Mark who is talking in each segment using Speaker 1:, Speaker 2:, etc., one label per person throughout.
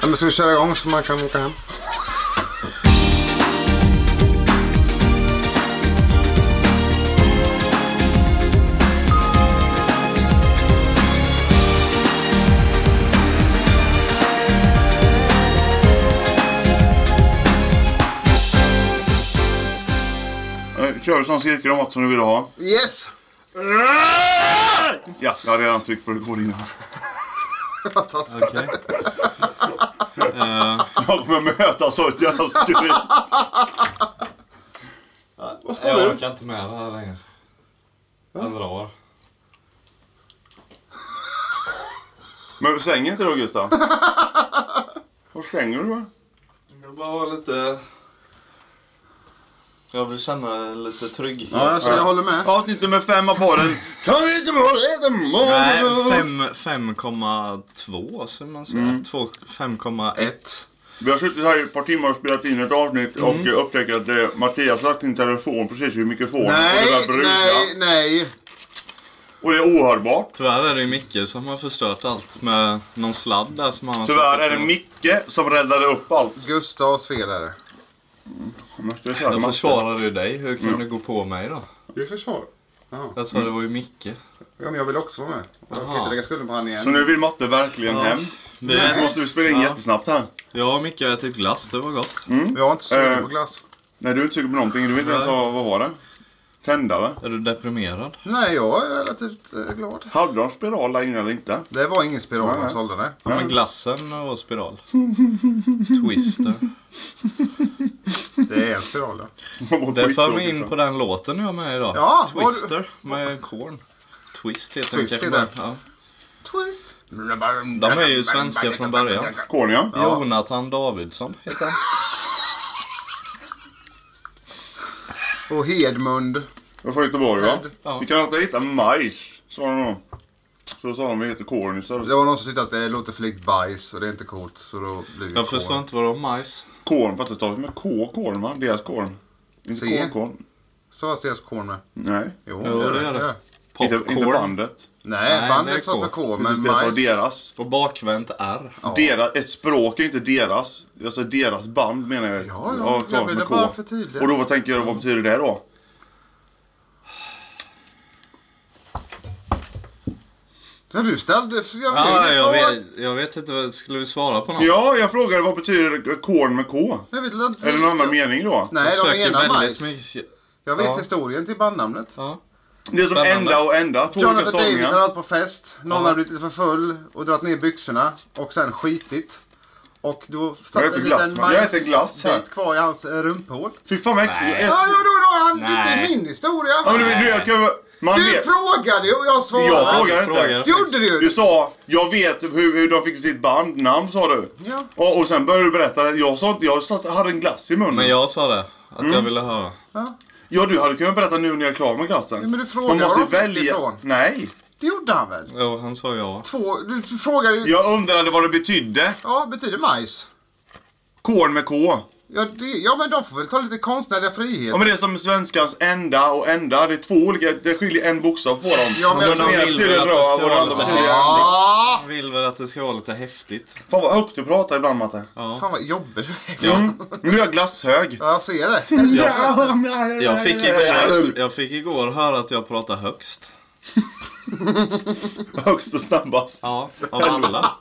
Speaker 1: Ja, men ska vi köra igång så man kan åka hem?
Speaker 2: Eh, Kör som cirkel om åt som du vill ha.
Speaker 1: Yes!
Speaker 2: Ja, jag har redan tryckt på rekord innan.
Speaker 1: Fantastiskt.
Speaker 3: Okej.
Speaker 2: De kommer mötas av ett jävla skrik.
Speaker 1: Vad ska
Speaker 3: Jag
Speaker 1: du?
Speaker 3: orkar inte med det här längre. Jag drar.
Speaker 2: Men säng inte då Gustav. Vad sänger du va?
Speaker 3: Jag bara ha lite... Jag vill känna lite trygghet.
Speaker 1: Ja, alltså, jag håller med.
Speaker 2: Avsnitt nummer fem av podden. Kan vi inte vara lite
Speaker 3: Nej,
Speaker 2: mål?
Speaker 3: fem- 5,2 som man säger. Två- 5,1.
Speaker 2: Vi har suttit här i ett par timmar och spelat in ett avsnitt och eh, upptäckt att eh, Mattias lagt sin telefon precis vid mikrofonen och det
Speaker 1: Nej,
Speaker 2: börjar brusa.
Speaker 1: nej, nej.
Speaker 2: Och det är ohörbart.
Speaker 3: Tyvärr är det ju Micke som har förstört allt med någon sladd där som han har
Speaker 2: Tyvärr
Speaker 3: satt
Speaker 2: är det
Speaker 3: på.
Speaker 2: Micke som räddade upp allt.
Speaker 1: Gustavs fel är det.
Speaker 2: Måste jag säga,
Speaker 3: Jag
Speaker 2: Mats?
Speaker 3: försvarade ju dig. Hur kan du gå på mig då?
Speaker 1: Du försvar. Jaha.
Speaker 3: Jag sa det var ju Micke.
Speaker 1: Ja, men jag vill också vara med. Jag kan
Speaker 3: Jaha.
Speaker 1: inte lägga skulden på han igen.
Speaker 2: Så nu vill Matte verkligen hem.
Speaker 3: Vi
Speaker 2: Nu måste vi spela in
Speaker 3: Ja.
Speaker 2: jättesnabbt här.
Speaker 3: Jag och Micke har ätit glass, det var gott.
Speaker 1: Jag har inte sugen
Speaker 2: Eh.
Speaker 1: på glass.
Speaker 2: Nej, du är inte sugen på någonting. Du vet inte ens vad vad var det? Tändare?
Speaker 3: Är du deprimerad?
Speaker 1: Nej, jag är relativt eh, glad.
Speaker 2: Hade de spiral där inne eller inte?
Speaker 1: Det var ingen spiral de sålde, nej.
Speaker 3: Ja, men glassen och spiral. Twister.
Speaker 1: Det är en spiral, ja.
Speaker 3: Det för mig in på den låten jag är med idag.
Speaker 1: Ja, vad du-
Speaker 3: Twister med Korn. Twist heter den
Speaker 1: Twist
Speaker 3: kanske.
Speaker 1: är det.
Speaker 3: bara. Ja.
Speaker 1: Twist.
Speaker 3: De är ju svenska från början.
Speaker 2: Konia?
Speaker 3: Jonathan Davidsson heter han.
Speaker 1: Och Hedmund.
Speaker 2: Jag är från Göteborg va?
Speaker 3: Ja.
Speaker 2: Vi kan inte hitta majs, sa de då. Så sa de vi heter Korn istället.
Speaker 1: Det var någon som tyckte att det låter för likt bajs och det är inte coolt. Så då blir det
Speaker 3: Jag förstår
Speaker 1: korn.
Speaker 3: inte vad de majs.
Speaker 2: Korn, för att det stavas med K, Korn va? Deras Korn. Inte
Speaker 1: C.
Speaker 2: Korn, Korn.
Speaker 1: Stavas deras korn med?
Speaker 2: Nej.
Speaker 1: Jo,
Speaker 3: Jo, det gör det.
Speaker 2: Inte, inte
Speaker 3: Popcorn.
Speaker 2: bandet.
Speaker 1: Nej,
Speaker 3: Nej, det
Speaker 1: bandet
Speaker 3: är
Speaker 1: stavas med
Speaker 3: K.
Speaker 1: K,
Speaker 2: Precis
Speaker 1: men
Speaker 2: det jag sa,
Speaker 1: majs.
Speaker 2: deras.
Speaker 3: Och bakvänt R.
Speaker 2: Deras, ett språk är inte deras. Jag sa deras band menar jag.
Speaker 1: ja, jag
Speaker 2: klart
Speaker 1: ville
Speaker 2: med
Speaker 1: bara
Speaker 2: K.
Speaker 1: förtydliga.
Speaker 2: Och då vad tänker jag, vad betyder det då?
Speaker 1: Ja, du ställde... Jag vill
Speaker 3: Ja,
Speaker 1: jag
Speaker 3: jag,
Speaker 1: vet.
Speaker 3: vet, jag vet inte, vad- skulle vi svara på något?
Speaker 2: Ja, jag frågade vad betyder Korn med K?
Speaker 1: Jag vet inte.
Speaker 2: Är det någon annan mening då?
Speaker 1: Nej,
Speaker 3: jag
Speaker 1: de menar majs.
Speaker 3: mycket.
Speaker 1: Jag vet
Speaker 3: Ja.
Speaker 1: historien till bandnamnet.
Speaker 3: Ja.
Speaker 2: Det är som
Speaker 3: Spännande.
Speaker 2: ända och ända, två olika
Speaker 1: Jonathan Davis hade
Speaker 2: stavningar.
Speaker 1: varit på fest. Någon hade blivit lite för full och dragit ner byxorna och sen skitit. Och då satt
Speaker 2: äter
Speaker 1: en
Speaker 2: glass,
Speaker 1: liten
Speaker 2: man. Jag äter glass här.
Speaker 1: majsbit kvar i hans eh, rumphål.
Speaker 2: Fy fan vad äckligt.
Speaker 3: Nej.
Speaker 2: Ett-
Speaker 1: Ja, ja, då, då, han, det är
Speaker 3: Nej.
Speaker 1: inte min historia.
Speaker 2: Ja, men du, du, jag kan, man
Speaker 1: Du
Speaker 2: vet.
Speaker 1: frågade ju och jag svarade.
Speaker 2: Jag frågar
Speaker 3: Jag frågar.
Speaker 2: inte.
Speaker 1: Gjorde du?
Speaker 2: Du sa, jag vet hur, hur de fick sitt bandnamn sa du.
Speaker 1: Ja.
Speaker 2: Och, och sen började du berätta, jag sa inte, jag satt, hade en glass i munnen.
Speaker 3: Men jag sa det. Att jag ville höra.
Speaker 1: Ja,
Speaker 2: Ja, du hade kunnat berätta nu när jag är klar med glassen.
Speaker 1: Ja, men du frågar
Speaker 2: Man måste
Speaker 1: var de fick
Speaker 2: välja.
Speaker 1: ifrån.
Speaker 2: Nej,
Speaker 1: det gjorde han väl?
Speaker 3: Jo, han sa ja.
Speaker 1: Två, du frågade ju... Ja.
Speaker 2: jag undrade vad det betydde.
Speaker 1: betyder majs?
Speaker 2: Korn med K.
Speaker 1: Ja, det, ja, men de får väl ta lite konstnärliga friheter.
Speaker 2: Ja, men det är som svenskans ända och ända. Det är två olika, det skiljer en bokstav på dem.
Speaker 1: Ja, men
Speaker 2: den
Speaker 1: de
Speaker 2: ena
Speaker 3: vill
Speaker 2: betyder
Speaker 3: väl att det
Speaker 2: röv
Speaker 3: ska
Speaker 2: och den
Speaker 3: vara
Speaker 2: andra
Speaker 3: lite
Speaker 2: betyder...
Speaker 3: häftigt.
Speaker 1: ah,
Speaker 3: Han vill väl att det ska vara lite häftigt.
Speaker 2: Fan vad högt du pratar ibland Matte.
Speaker 1: Fan vad jobbig du är.
Speaker 2: Mm. Nu är jag glasshög.
Speaker 1: Ja, jag ser det. Helvete.
Speaker 3: Jag fick, igår, jag fick igår höra att jag pratar högst.
Speaker 2: Högst och snabbast.
Speaker 3: Ja, av alla.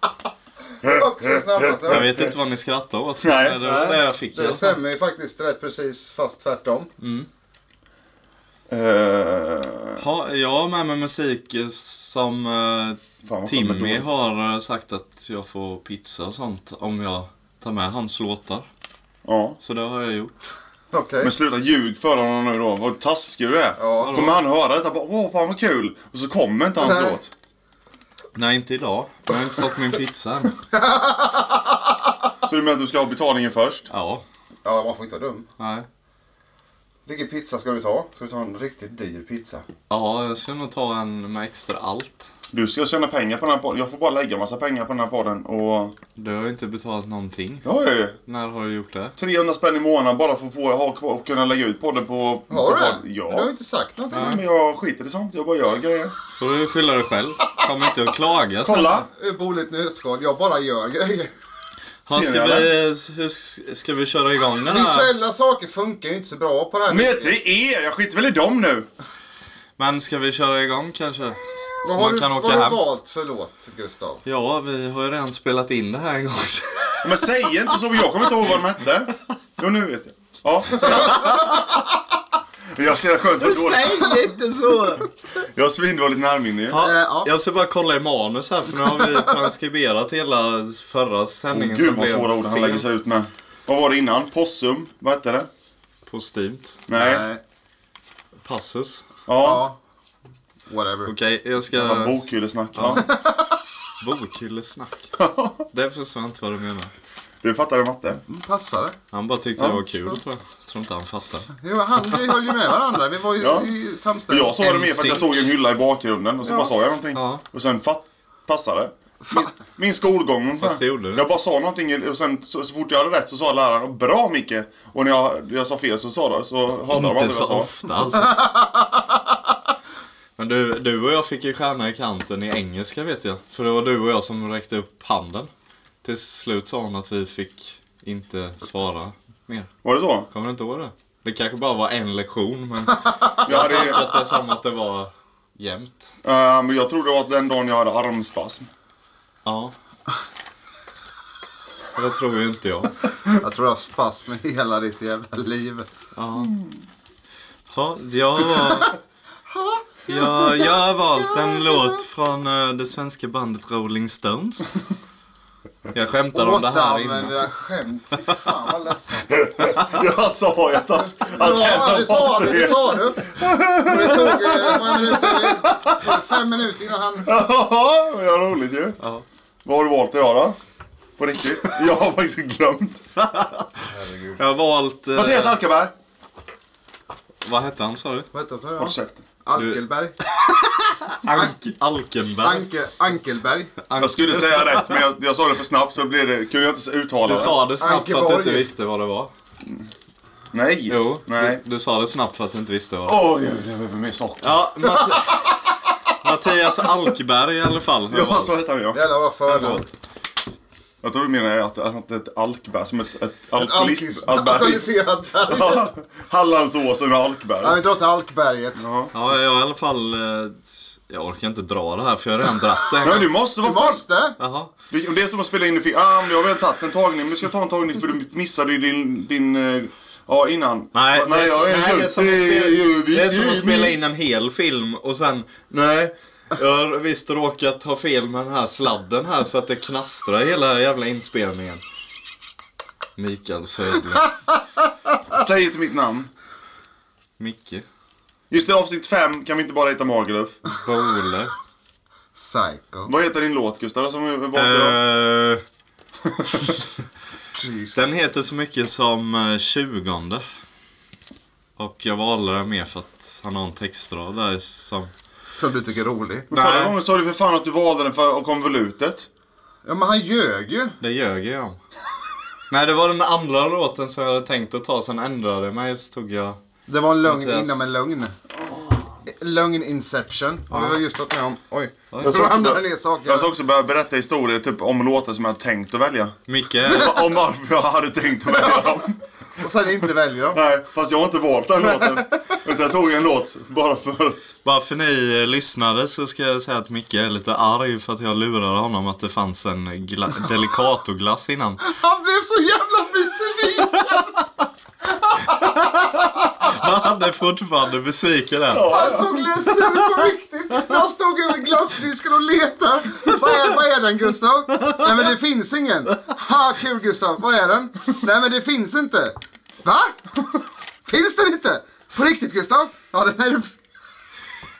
Speaker 1: Också snabbast.
Speaker 3: Jag vet inte vad ni skrattar åt. men
Speaker 2: Nej.
Speaker 3: Det var det jag fick. i
Speaker 1: Det
Speaker 3: alla fall.
Speaker 1: stämmer ju faktiskt rätt precis, fast tvärtom.
Speaker 2: Mm. Eh,
Speaker 3: Ha, jag har med mig musik eh, som eh,
Speaker 2: Fan, vad skönt
Speaker 3: Timmy
Speaker 2: det
Speaker 3: har eh, sagt att jag får pizza och sånt om jag tar med hans låtar.
Speaker 2: ja.
Speaker 3: Så det har jag gjort.
Speaker 1: Okej.
Speaker 2: Men sluta ljug för honom nu då. Vad taskig du är.
Speaker 1: Ja.
Speaker 2: kommer han höra detta och bara åh fan vad kul. Och så kommer inte hans
Speaker 1: Nej.
Speaker 2: låt.
Speaker 3: Nej, inte idag. Jag har inte fått min pizza än.
Speaker 2: Så du menar att du ska ha betalningen först?
Speaker 3: Ja,
Speaker 1: Ja, man får inte vara dum.
Speaker 3: nej.
Speaker 1: Vilken pizza ska du ta? Ska du ta en riktigt dyr pizza?
Speaker 3: Ja, jag ska nog ta en med extra allt.
Speaker 2: Du ska tjäna pengar på den här podden. Jag får bara lägga massa pengar på den här podden och...
Speaker 3: Du har ju inte betalat någonting.
Speaker 2: Ja, ja, ja.
Speaker 3: När har du gjort det?
Speaker 2: 300 spänn i månaden bara för att få ha kvar och kunna lägga ut podden på...
Speaker 1: Har
Speaker 2: på
Speaker 1: du
Speaker 2: podd.
Speaker 1: det? Du har ju
Speaker 2: Ja.
Speaker 1: inte sagt någonting.
Speaker 2: Nej, men jag skiter i sånt. Jag bara gör grejer.
Speaker 3: Får du skylla dig själv. Kom inte och klaga. sen.
Speaker 2: Kolla!
Speaker 1: Ur boligt nötskal, jag bara gör grejer.
Speaker 3: Ha, ska,
Speaker 2: Senare.
Speaker 3: vi, hur s- ska vi köra igång den här?
Speaker 1: Visuella saker funkar ju inte så bra på det här.
Speaker 2: Men det är er, jag skiter väl i dem nu.
Speaker 3: Men ska vi köra igång kanske? Så
Speaker 1: vad har
Speaker 3: man
Speaker 1: du,
Speaker 3: kan
Speaker 1: vad
Speaker 3: åka
Speaker 1: har
Speaker 3: hem.
Speaker 1: du valt för låt, Gustav?
Speaker 3: Ja, vi har ju redan spelat in det här en gång.
Speaker 2: Men säg inte så, jag kommer inte ihåg vad de hette. Jo, nu vet jag. Ja, säg. Jag ser skönt vad dåligt.
Speaker 3: inte så!
Speaker 2: Jag har svindåligt närminne
Speaker 3: Ja,
Speaker 1: Eh, ja.
Speaker 3: Jag ska bara kolla i manus här för nu har vi transkriberat hela förra sändningen
Speaker 2: Gud vad
Speaker 3: blev
Speaker 2: svåra ord han
Speaker 3: fel.
Speaker 2: lägger sig ut med. Vad var det innan? Possum? Vad hette det?
Speaker 3: Postumt.
Speaker 2: Nej.
Speaker 3: Passus.
Speaker 2: Ja.
Speaker 1: Ja. Whatever.
Speaker 3: Okej, jag
Speaker 2: ja.
Speaker 3: ska...
Speaker 2: Bokhyllesnack. Ja.
Speaker 3: Bokhyllesnack. Det förstår jag inte vad du menar.
Speaker 2: Du fattade matte?
Speaker 1: Passar det?
Speaker 3: Han bara tyckte det var kul tror jag. Jag tror inte han fattar.
Speaker 1: Jo, han, vi höll ju med varandra. Vi var ju
Speaker 2: Ja.
Speaker 1: i
Speaker 2: Och
Speaker 1: samstämmiga.
Speaker 2: jag sa det mer för att jag
Speaker 3: NSYNC.
Speaker 2: såg en hylla i bakgrunden och så bara sa jag någonting.
Speaker 3: Ja.
Speaker 2: Och sen fatt, passade det. Min, min skolgång ungefär.
Speaker 3: Fast det gjorde du.
Speaker 2: Jag bara sa någonting och sen så, så fort jag hade rätt så sa läraren Bra Micke! Och när jag, jag sa fel så sa det, så hatade de aldrig vad
Speaker 3: Inte
Speaker 2: jag
Speaker 3: så
Speaker 2: sa.
Speaker 3: ofta alltså. Men du, du och jag fick ju stjärna i kanten i engelska vet jag. För det var du och jag som räckte upp handen. Till slut sa hon att vi fick inte svara mer.
Speaker 2: Var det så?
Speaker 3: Kommer du inte ihåg det? Det kanske bara var en lektion men
Speaker 2: Jag, hade,
Speaker 3: att det är som att det var jämnt.
Speaker 2: eh, men jag tror det var den dagen jag hade armspasm.
Speaker 3: Ja. Det tror ju inte jag.
Speaker 1: Jag tror jag har spasm i hela ditt jävla liv.
Speaker 3: Ja, Mm. jag var... Ja, jag har valt en låt från eh, det svenska bandet Rolling Stones. Jag skämtade om det här innan.
Speaker 1: Återanvända skämt. Fy Fan vad ledsamt.
Speaker 2: jag sa ju att, att
Speaker 1: Ja, det sa du. Det
Speaker 2: det.
Speaker 1: sa du. Det tog, eh, vad minut, det tog fem minuter innan han...
Speaker 2: Ja, men det var roligt ju.
Speaker 3: Ja.
Speaker 2: Vad har du valt idag då? På riktigt? Jag har faktiskt glömt.
Speaker 3: Jag har valt... eh,
Speaker 2: Mattias Alkeberg!
Speaker 3: vad hette han sa du?
Speaker 1: Vänta, så
Speaker 2: Håll
Speaker 1: jag.
Speaker 2: käften.
Speaker 1: Ankelberg.
Speaker 3: Ank- Alkenberg.
Speaker 1: Anke, Ankelberg.
Speaker 2: Jag skulle säga rätt, men jag, jag sa det för snabbt så blev det, kunde jag inte uttala
Speaker 3: Du
Speaker 2: det.
Speaker 3: sa det snabbt för att du inte
Speaker 1: Ankeborg.
Speaker 3: visste vad det var.
Speaker 2: Nej.
Speaker 3: Jo,
Speaker 2: Nej.
Speaker 3: Du, du sa det snabbt för att du inte visste vad det var.
Speaker 2: Åh, jag behöver mer socker.
Speaker 3: Ja, Matt- Mattias Alkberg i alla fall. har jag
Speaker 2: Ja,
Speaker 3: valt.
Speaker 2: så heter han ja.
Speaker 1: Jävlar vad fördomar.
Speaker 2: Jag tror du menar att, att ett alkbär, som ett, ett alkoholist. alkoholist.
Speaker 1: Alkoholiserad berg.
Speaker 2: Ja, Hallandsåsen och alkbär.
Speaker 1: Ja, vi drar till Alkberget.
Speaker 3: Ja, jag har i alla fall... eh, Jag orkar inte dra det här för jag har redan dratt det en
Speaker 2: Nej,
Speaker 3: gång.
Speaker 2: du måste,
Speaker 1: Du
Speaker 2: vad fan!
Speaker 1: måste!
Speaker 3: Jaha.
Speaker 2: Det det är som att spela in i film. Ah, men jag har redan tagit en tagning, men du ska ta en tagning för du missade ju din... din eh, ja, innan.
Speaker 3: Nej,
Speaker 2: Va, nej,
Speaker 3: det,
Speaker 2: jag
Speaker 3: är, nej, det, är som att spela, det är som att spela in en hel film och sen... Nej, jag har visst råkat ha fel med den här sladden här så att det knastrar hela jävla inspelningen. Mikael Södling.
Speaker 2: Säg inte mitt namn.
Speaker 3: Micke.
Speaker 2: Just i avsnitt fem kan vi inte bara heta Magaluf.
Speaker 3: Bole.
Speaker 1: Psycho.
Speaker 2: Vad heter din låt Gustav som vi valde idag?
Speaker 3: Eh,
Speaker 1: Jesus.
Speaker 3: den heter så mycket som eh, 20 Och jag valde den mer för att han har en textrad där som...
Speaker 1: Som du tycker är rolig.
Speaker 2: Men Förra
Speaker 3: nej.
Speaker 2: gången sa du för fan att du valde den för och konvolutet.
Speaker 1: Ja, men han ljög ju.
Speaker 3: Det ljög jag om. Nej, det var den andra låten som jag hade tänkt att ta, sen ändrade jag mig och så tog jag...
Speaker 1: Det var en lögn
Speaker 3: Mattias.
Speaker 1: inom en lögn. Lögn inception. Har vi just varit med om. Oj. Nu
Speaker 2: Jag ska
Speaker 1: ramlar
Speaker 2: också-
Speaker 1: ner saker.
Speaker 2: Jag ska också börja berätta historier typ om låtar som jag hade tänkt att välja.
Speaker 3: Micke,
Speaker 2: Om varför jag hade tänkt att välja dem.
Speaker 1: Och sen inte väljer dem.
Speaker 2: Nej, fast jag har inte valt den låten. Utan jag tog en låt bara för...
Speaker 3: varför ni eh, lyssnade så ska jag säga att Micke är lite arg för att jag lurade honom att det fanns en gla- Delicatoglass innan.
Speaker 1: Han blev så jävla besviken.
Speaker 3: Han är fortfarande besviken där.
Speaker 1: Han såg ledsen ut på riktigt. När han stod över glassdisken och letade. Vad är, vad är den Gustav? Nej men det finns ingen. Ha kul Gustav. Vad är den? Nej men det finns inte. Va? Finns den inte? På riktigt Gustav? Ja den är...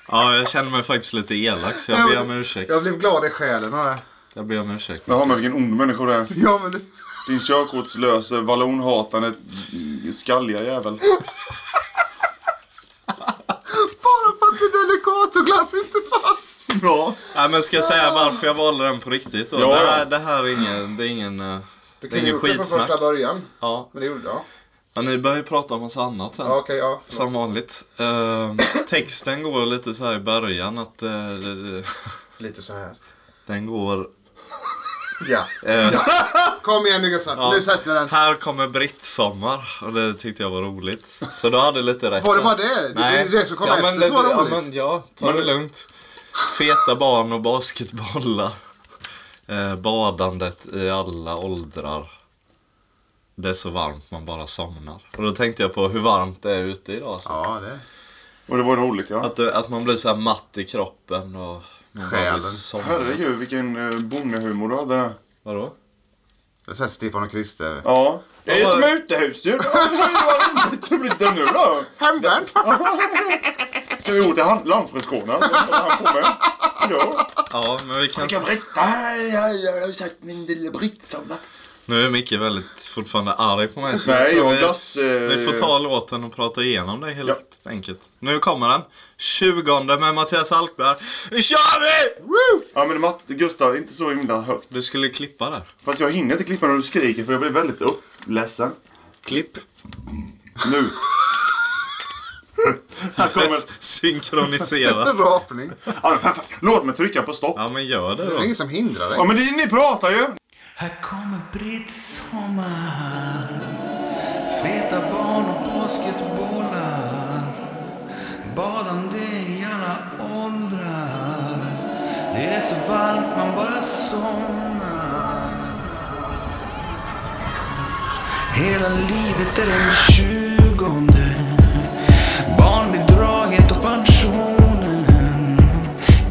Speaker 3: Ja, jag känner mig faktiskt lite elak så jag ber om ursäkt.
Speaker 1: Jag blev glad i själen av det.
Speaker 3: Jag ber om ursäkt.
Speaker 2: Jaha, men vilken ond människa du är.
Speaker 1: Ja men... det-
Speaker 2: Din körkortslöse, vallonhatande, skalliga jävel.
Speaker 1: Bara för att det är delikat och glass inte fanns.
Speaker 2: Ja.
Speaker 3: Nej, men ska jag säga varför jag valde den på riktigt då?
Speaker 2: Ja,
Speaker 3: det,
Speaker 2: ja.
Speaker 3: här, det här är ingen... Det är ingen, eh,
Speaker 1: Du
Speaker 3: det är
Speaker 1: kunde
Speaker 3: ingen
Speaker 1: gjort det från
Speaker 3: skitsnack.
Speaker 1: första början.
Speaker 3: Ja.
Speaker 1: Men det gjorde jag.
Speaker 3: Ja, ni börjar ju prata om massa annat sen.
Speaker 1: Ja, okej, ja.
Speaker 3: Som vanligt. Ehm, texten går lite så här i början att... eh, det- det-
Speaker 1: Lite så här.
Speaker 3: den går...
Speaker 1: Ja.
Speaker 3: Eh.
Speaker 1: ja. Kom igen nu Gustav. Nu sätter vi den.
Speaker 3: Här kommer brittsommar. Och det tyckte jag var roligt. Så du hade lite rätt.
Speaker 1: Var det bara det? Det är det som kom efter
Speaker 3: men, det-
Speaker 1: som var roligt.
Speaker 3: Ja, men, ja, ta det lugnt. Feta barn och basketbollar. Eh, badandet i alla åldrar. Det är så varmt man bara somnar. Och då tänkte jag på hur varmt det är ute idag. Så.
Speaker 1: Ja, det.
Speaker 2: Och det var roligt ja.
Speaker 3: Att, det- att man blir så här matt i kroppen och man bara
Speaker 1: Själen.
Speaker 3: vill somna.
Speaker 2: Herregud vilken eh, bonnehumor du hade där.
Speaker 3: Vadå?
Speaker 1: Det är såhär Stefan och Christer.
Speaker 2: Ja. Det är
Speaker 3: Vad var
Speaker 2: som
Speaker 3: det?
Speaker 2: utehusdjur. Det har inte blivit det nu då.
Speaker 1: Hemvänt!
Speaker 2: Ska vi åt till han- lantfruskården? Vad håller han på med? Ja.
Speaker 3: Ja, men vi kan...
Speaker 2: Ska Britta... Jag har sagt min lille Britt-sommar.
Speaker 3: Nu är Micke väldigt fortfarande arg på mig. Så
Speaker 2: Nej,
Speaker 3: tror
Speaker 2: jag
Speaker 3: vi-
Speaker 2: dass, eh,
Speaker 3: Vi får ta låten och prata igenom det helt enkelt. Nu kommer den. 20 med Mattias Alkberg. Nu kör vi!
Speaker 2: Ja men Matt, Gustav, inte så himla högt.
Speaker 3: Du skulle klippa där.
Speaker 2: Fast jag hinner inte klippa när du skriker för jag blir väldigt uppledsen.
Speaker 3: Klipp.
Speaker 2: Nu. Här kommer...
Speaker 3: Synkronisera.
Speaker 1: Rapning.
Speaker 2: Ja, men fan, fan, Låt mig trycka på stopp.
Speaker 3: Ja, men gör det
Speaker 1: Det är
Speaker 3: då.
Speaker 1: ingen som hindrar
Speaker 2: Ja
Speaker 1: dig.
Speaker 2: men det, ni pratar ju!
Speaker 4: Här kommer brittsommar Feta barn och basketbollar Badande i alla åldrar Det är så varmt man bara somnar Hela livet är den tjugonde Barnbidraget och pensionen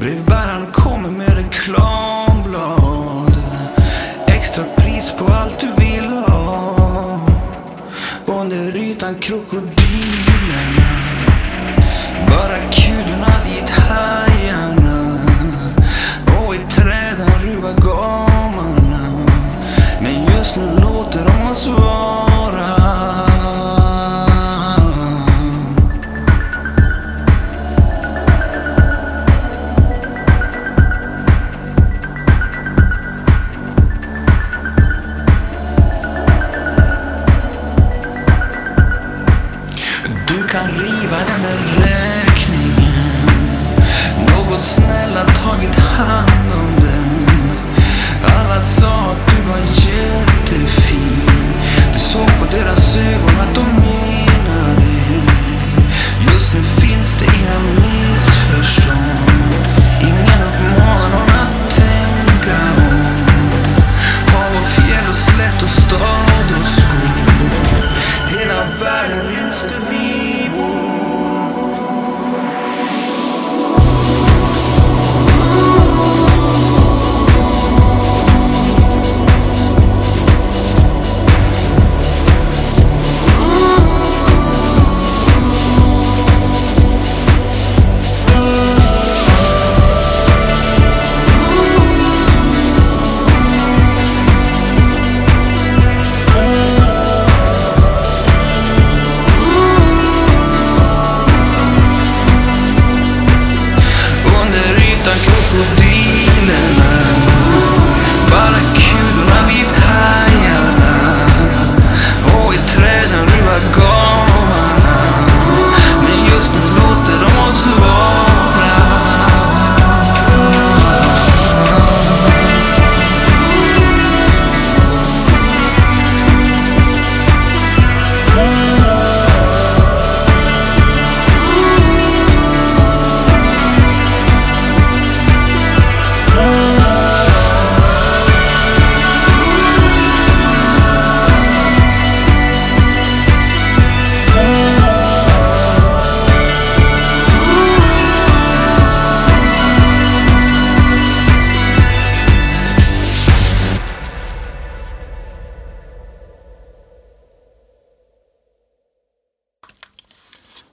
Speaker 4: Brevbäraren kommer med reklamblad Extra pris på allt du vill ha Under ytan krokodilerna Barracuderna vid hajarna Och i träden rubagarmarna Men just nu låter de oss vara Du kan riva den där räkningen Någon snäll har tagit hand om den Alla sa att du var jättefin Du såg på deras ögon att de menade det. Just nu finns det inga missförstånd Ingen uppmanar att tänka om Hav och fjäll och slätt och stad och skog Hela världen ryms där vi bor Under ytan krokodilerna Barracuderna vid hajarna Och Oh, i träden ruvar gamarna Men just nu låter de oss vara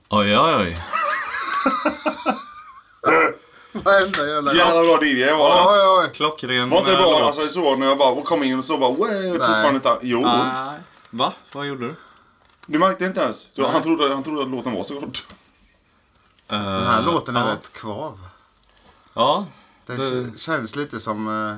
Speaker 3: Oj, oj, oj.
Speaker 1: Varenda jävla... Ja,
Speaker 2: Jävla bra DJ jag var.
Speaker 1: oj, oj.
Speaker 3: Klockren eh,
Speaker 2: Var inte det bra?
Speaker 3: låt.
Speaker 2: Alltså så när jag bara kom in och så bara wow, fortfarande inte... Jo.
Speaker 3: Nej. Va? Vad gjorde du?
Speaker 2: Du märkte inte ens? Du, han, trodde, han trodde att låten var så kort.
Speaker 1: Den här låten är rätt kvav.
Speaker 3: Eh, Ja.
Speaker 1: Den
Speaker 3: Det-
Speaker 1: k- känns lite som... eh,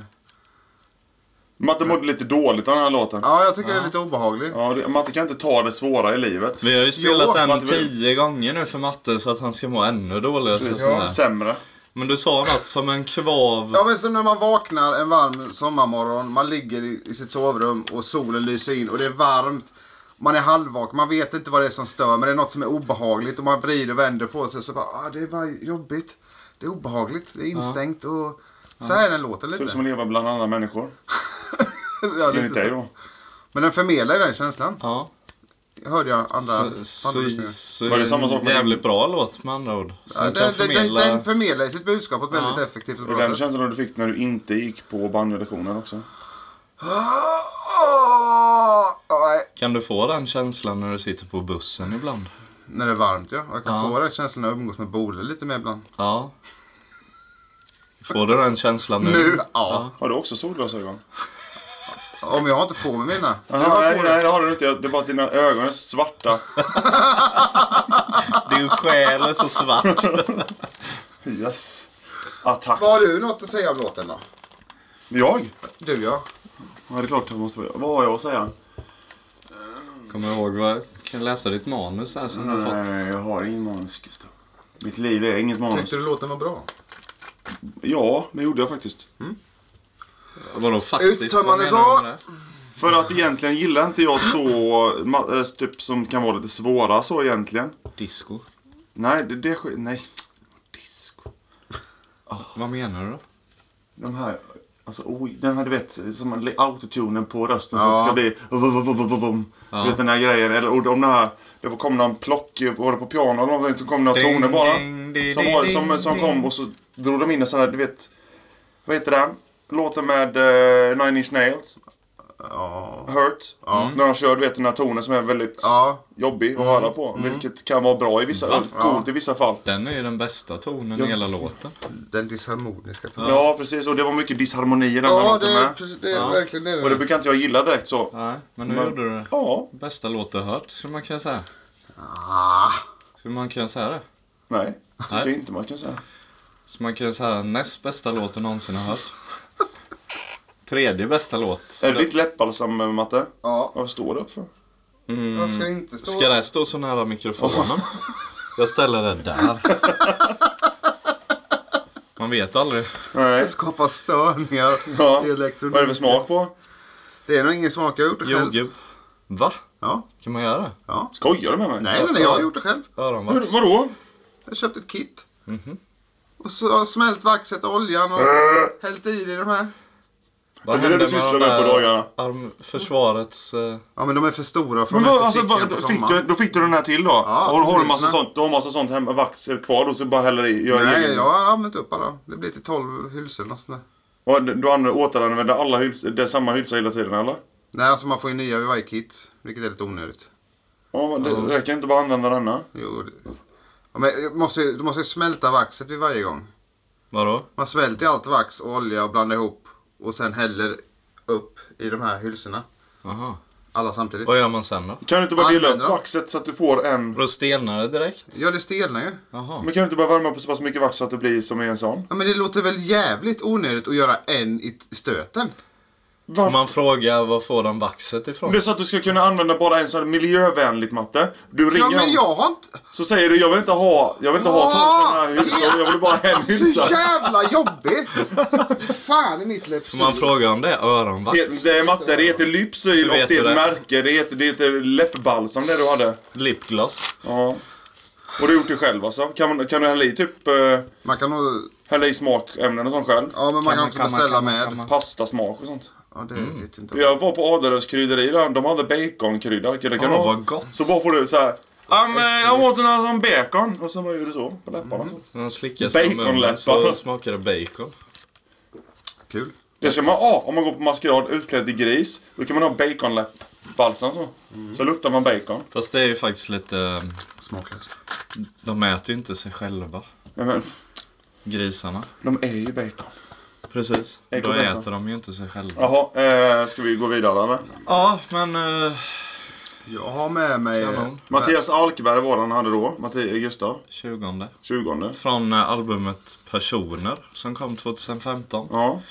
Speaker 2: Matte mådde lite dåligt av den här låten.
Speaker 1: Ja, jag tycker den är lite obehaglig.
Speaker 2: Ja, det, Matte kan inte ta det svåra i livet.
Speaker 3: Vi har ju spelat
Speaker 1: Jo,
Speaker 3: den
Speaker 2: Matte, vi-
Speaker 3: tio gånger nu för Matte så att han ska må ännu dåligare. Så
Speaker 2: Precis.
Speaker 3: sådär.
Speaker 2: Sämre.
Speaker 3: Men du sa något som en kvav...
Speaker 1: Ja men som när man vaknar en varm sommarmorgon. Man ligger i, i sitt sovrum och solen lyser in och det är varmt. Man är halvvaken, man vet inte vad det är som stör men det är något som är obehagligt och man vrider och vänder på sig och så bara, ah, det är bara jobbigt. Det är obehagligt, det är instängt och så här är den låten
Speaker 2: Det är
Speaker 1: lite.
Speaker 2: som att leva bland andra människor.
Speaker 1: ja,
Speaker 2: Enligt dig
Speaker 1: lite så.
Speaker 2: då.
Speaker 1: Men den förmedlar ju den känslan.
Speaker 3: Ja.
Speaker 1: Hörde jag andra
Speaker 3: Så,
Speaker 1: andra
Speaker 3: så,
Speaker 1: lyssningar.
Speaker 3: så
Speaker 2: Var det samma sak med-
Speaker 3: jävligt bra låt med andra ord. Som
Speaker 1: Ja,
Speaker 3: kan
Speaker 1: den, den,
Speaker 3: förmedla...
Speaker 1: den förmedlar ju sitt budskap på ett väldigt effektivt och
Speaker 2: Och
Speaker 1: bra
Speaker 2: den
Speaker 1: sätt.
Speaker 2: känslan du fick när du inte gick på banjolektionen också.
Speaker 1: Ah, nej.
Speaker 3: Kan du få den känslan när du sitter på bussen ibland?
Speaker 1: När det är varmt ja. Jag kan
Speaker 3: Ja.
Speaker 1: få den känslan att umgås med Bole lite mer ibland.
Speaker 3: Ja. Får du den känslan nu?
Speaker 1: Nu? Ja.
Speaker 2: Har du också solglasögon?
Speaker 1: Om jag har inte på mig mina.
Speaker 2: Aha, nej, nej, det har du inte. Det är bara att dina ögon är svarta.
Speaker 3: Din själ är så svart.
Speaker 2: Yes. Attack.
Speaker 1: Har du något att säga om låten då? Mm.
Speaker 2: Jag?
Speaker 1: Du ja.
Speaker 2: Ja, det är klart. Jag måste... Vad har jag att säga?
Speaker 3: Kommer du ihåg vad... Kan jag läsa ditt manus här som du har fått?
Speaker 2: Nej, jag har ingen manus, Gustav. Mitt liv är inget manus.
Speaker 1: Tyckte du låten var bra?
Speaker 2: Ja, det gjorde jag faktiskt.
Speaker 3: Vadå faktiskt?
Speaker 1: Uttömmande
Speaker 3: Vad menar
Speaker 1: svar.
Speaker 3: du med det?
Speaker 2: För att egentligen gillar inte jag så, ma- eh, typ som kan vara lite svåra så egentligen.
Speaker 3: Disco.
Speaker 2: Nej, det, det sker, nej. Disco.
Speaker 3: Vad menar du då?
Speaker 2: De här, alltså oj, den här du vet, som en- autotunen på rösten så
Speaker 1: Ja.
Speaker 2: det ska bli vum-vum-vum-vum-vum.
Speaker 3: Ja.
Speaker 2: Du vet den här grejen, eller och om det här, det var- kom någon plock, var det på piano eller någonting, så kom några
Speaker 3: Ding,
Speaker 2: toner bara.
Speaker 3: ding, ding,
Speaker 2: Som, var,
Speaker 3: ding,
Speaker 2: som, som
Speaker 3: ding.
Speaker 2: kom och så drog de in en sån här, du vet, vad heter den? Låten med eh, Nine Inch Nails,
Speaker 1: Ja.
Speaker 2: Hurt. Mm. När de kör, du vet den här tonen som är väldigt
Speaker 1: Ja.
Speaker 2: jobbig att höra på. Vilket kan vara bra i vissa, coolt i vissa fall.
Speaker 3: Den är ju den bästa tonen i hela låten.
Speaker 1: Den disharmoniska tonen.
Speaker 2: Ja. precis, och det var mycket disharmoni i den här
Speaker 1: Ja,
Speaker 2: låten
Speaker 1: det är,
Speaker 2: med.
Speaker 1: precis- det är verkligen det.
Speaker 2: Och det brukar inte jag gilla direkt så.
Speaker 3: Nej, men nu
Speaker 2: Men-
Speaker 3: gjorde du det.
Speaker 2: Ja.
Speaker 3: Bästa låt du hört, skulle man kunna säga.
Speaker 1: Ah.
Speaker 3: Skulle man kunna säga det?
Speaker 2: Nej, tycker
Speaker 3: Nej.
Speaker 2: jag inte man kan säga.
Speaker 3: Så man kan säga näst bästa låt du någonsin har hört. Tredje bästa låt.
Speaker 2: Är det ditt läppbalsam, Matte?
Speaker 1: Ja.
Speaker 2: Varför står det upp för? Mm.
Speaker 1: Varför ska det inte stå?
Speaker 3: Ska det här stå så nära mikrofonen? Jag ställer det där. Man vet aldrig.
Speaker 2: Nej.
Speaker 1: skapa störningar
Speaker 2: Ja.
Speaker 1: i elektroniken?
Speaker 2: Vad är det för smak på?
Speaker 1: Det är nog ingen smak. Jag har gjort det själv.
Speaker 3: Jordgubb. Va?
Speaker 1: Ja.
Speaker 3: Kan man göra det?
Speaker 1: ja.
Speaker 2: Skojar du med mig?
Speaker 1: Nej, nej, nej, jag har gjort det själv.
Speaker 3: Öronvax.
Speaker 2: Hur, vadå?
Speaker 1: Jag köpte ett kit.
Speaker 2: Mhm.
Speaker 1: Och så har jag smält vaxet och oljan och
Speaker 2: Äh.
Speaker 1: hällt i det i de här.
Speaker 3: Vad
Speaker 2: det är det du sysslar med på dagarna.
Speaker 3: Arm... Försvarets... eh,
Speaker 1: Ja men de är för stora för
Speaker 2: Men
Speaker 1: att
Speaker 2: vad,
Speaker 1: vara
Speaker 2: alltså,
Speaker 1: försiktiga
Speaker 2: vad,
Speaker 1: på
Speaker 2: fick du,
Speaker 1: sommaren.
Speaker 2: då fick du den här till då?
Speaker 1: Ja,
Speaker 2: och har du massa
Speaker 1: lyssna.
Speaker 2: sånt, du har massa sånt hemma, vax kvar då så du bara häller i? Gör
Speaker 1: Nej,
Speaker 3: Mm.
Speaker 2: egen-
Speaker 1: jag har använt upp alla. Det blir till 12 hylsor eller något sånt där.
Speaker 2: Och du du använder- återanvänder alla hylsor, det är samma hylsa hela tiden eller?
Speaker 1: Nej, alltså man får ju nya vid varje kit. Vilket är lite onödigt.
Speaker 2: Ja, men det räcker inte bara använda denna?
Speaker 1: Jo, det... ja, men jag måste, ju- du måste ju smälta vaxet vid varje gång.
Speaker 3: Vadå?
Speaker 1: Man smälter ju allt vax och olja och blandar ihop. Och sen häller upp i de här hylsorna.
Speaker 3: Aha.
Speaker 1: Alla samtidigt.
Speaker 3: Vad gör man sen då?
Speaker 2: Kan du inte bara dela upp
Speaker 1: Använder dem.
Speaker 2: vaxet så att du får en...
Speaker 3: Då stelnar det direkt?
Speaker 1: Ja, det stelnar ju.
Speaker 3: Jaha.
Speaker 2: Men kan du inte bara värma upp så pass mycket vax så att det blir som i en sån?
Speaker 1: Ja, men det låter väl jävligt onödigt att göra en i t- stöten?
Speaker 2: Varför?
Speaker 3: Man frågar var får den vaxet ifrån?
Speaker 2: Det är så att du ska kunna använda bara en sån här miljövänligt matte. Du ringer
Speaker 1: Ja, men
Speaker 2: dem,
Speaker 1: jag har inte...
Speaker 2: så säger du jag vill inte ha, jag vill inte ha
Speaker 1: Ja!
Speaker 2: tolv sådana här hylsor, jag vill bara ha en hylsa.
Speaker 1: Så jävla jobbig! Fan i mitt läppsyl.
Speaker 3: Man frågar om det är öronvax.
Speaker 2: Det, det är matte, det heter Lypsyl
Speaker 3: Du
Speaker 2: och det
Speaker 3: vet
Speaker 2: är ett
Speaker 3: det där.
Speaker 2: märke, det heter, det heter läppbalsam det du hade.
Speaker 3: Lipgloss.
Speaker 2: Ja. Och du har gjort det själv alltså? Kan, man, kan du hälla i typ, eh,
Speaker 1: Man kan nog...
Speaker 2: hälla i smakämnen och sånt själv?
Speaker 1: Ja, men man kan,
Speaker 3: man-
Speaker 1: också
Speaker 3: kan man-
Speaker 1: beställa
Speaker 3: kan man- kan
Speaker 1: med.
Speaker 3: man- Mm.
Speaker 2: Pastasmak och sånt.
Speaker 1: Ja, det vet inte.
Speaker 2: Jag var på Adelövs krydderi där, de hade baconkrydda. Det kan
Speaker 3: Åh,
Speaker 2: vara-
Speaker 3: vad gott.
Speaker 2: Så bara får du såhär, ja men jag åt den här som bacon. Och sen bara gjorde du så på läpparna.
Speaker 3: När de slickar sig i munnen
Speaker 2: Baconläppar.
Speaker 3: så smakar det bacon.
Speaker 1: Kul.
Speaker 2: Det ska man ha om man går på maskerad utklädd till gris. Då kan man ha baconläppbalsam så. Så luktar man bacon.
Speaker 3: Fast det är ju faktiskt lite... eh,
Speaker 1: Smaklöst.
Speaker 3: De äter ju inte sig själva,
Speaker 2: Nej men,
Speaker 3: grisarna.
Speaker 2: de är ju bacon.
Speaker 3: Precis. Då
Speaker 2: Äggblomma.
Speaker 3: äter de ju inte sig själva.
Speaker 2: Jaha, eh, ska vi gå vidare eller?
Speaker 3: Ja, men... eh,
Speaker 1: Jag har med mig...
Speaker 3: Kanon.
Speaker 2: Mattias Alkberg var den hade då, Mattias Gustav,
Speaker 3: 20.
Speaker 2: 20.
Speaker 3: Från eh, albumet Personer som kom 2015.
Speaker 2: Ja,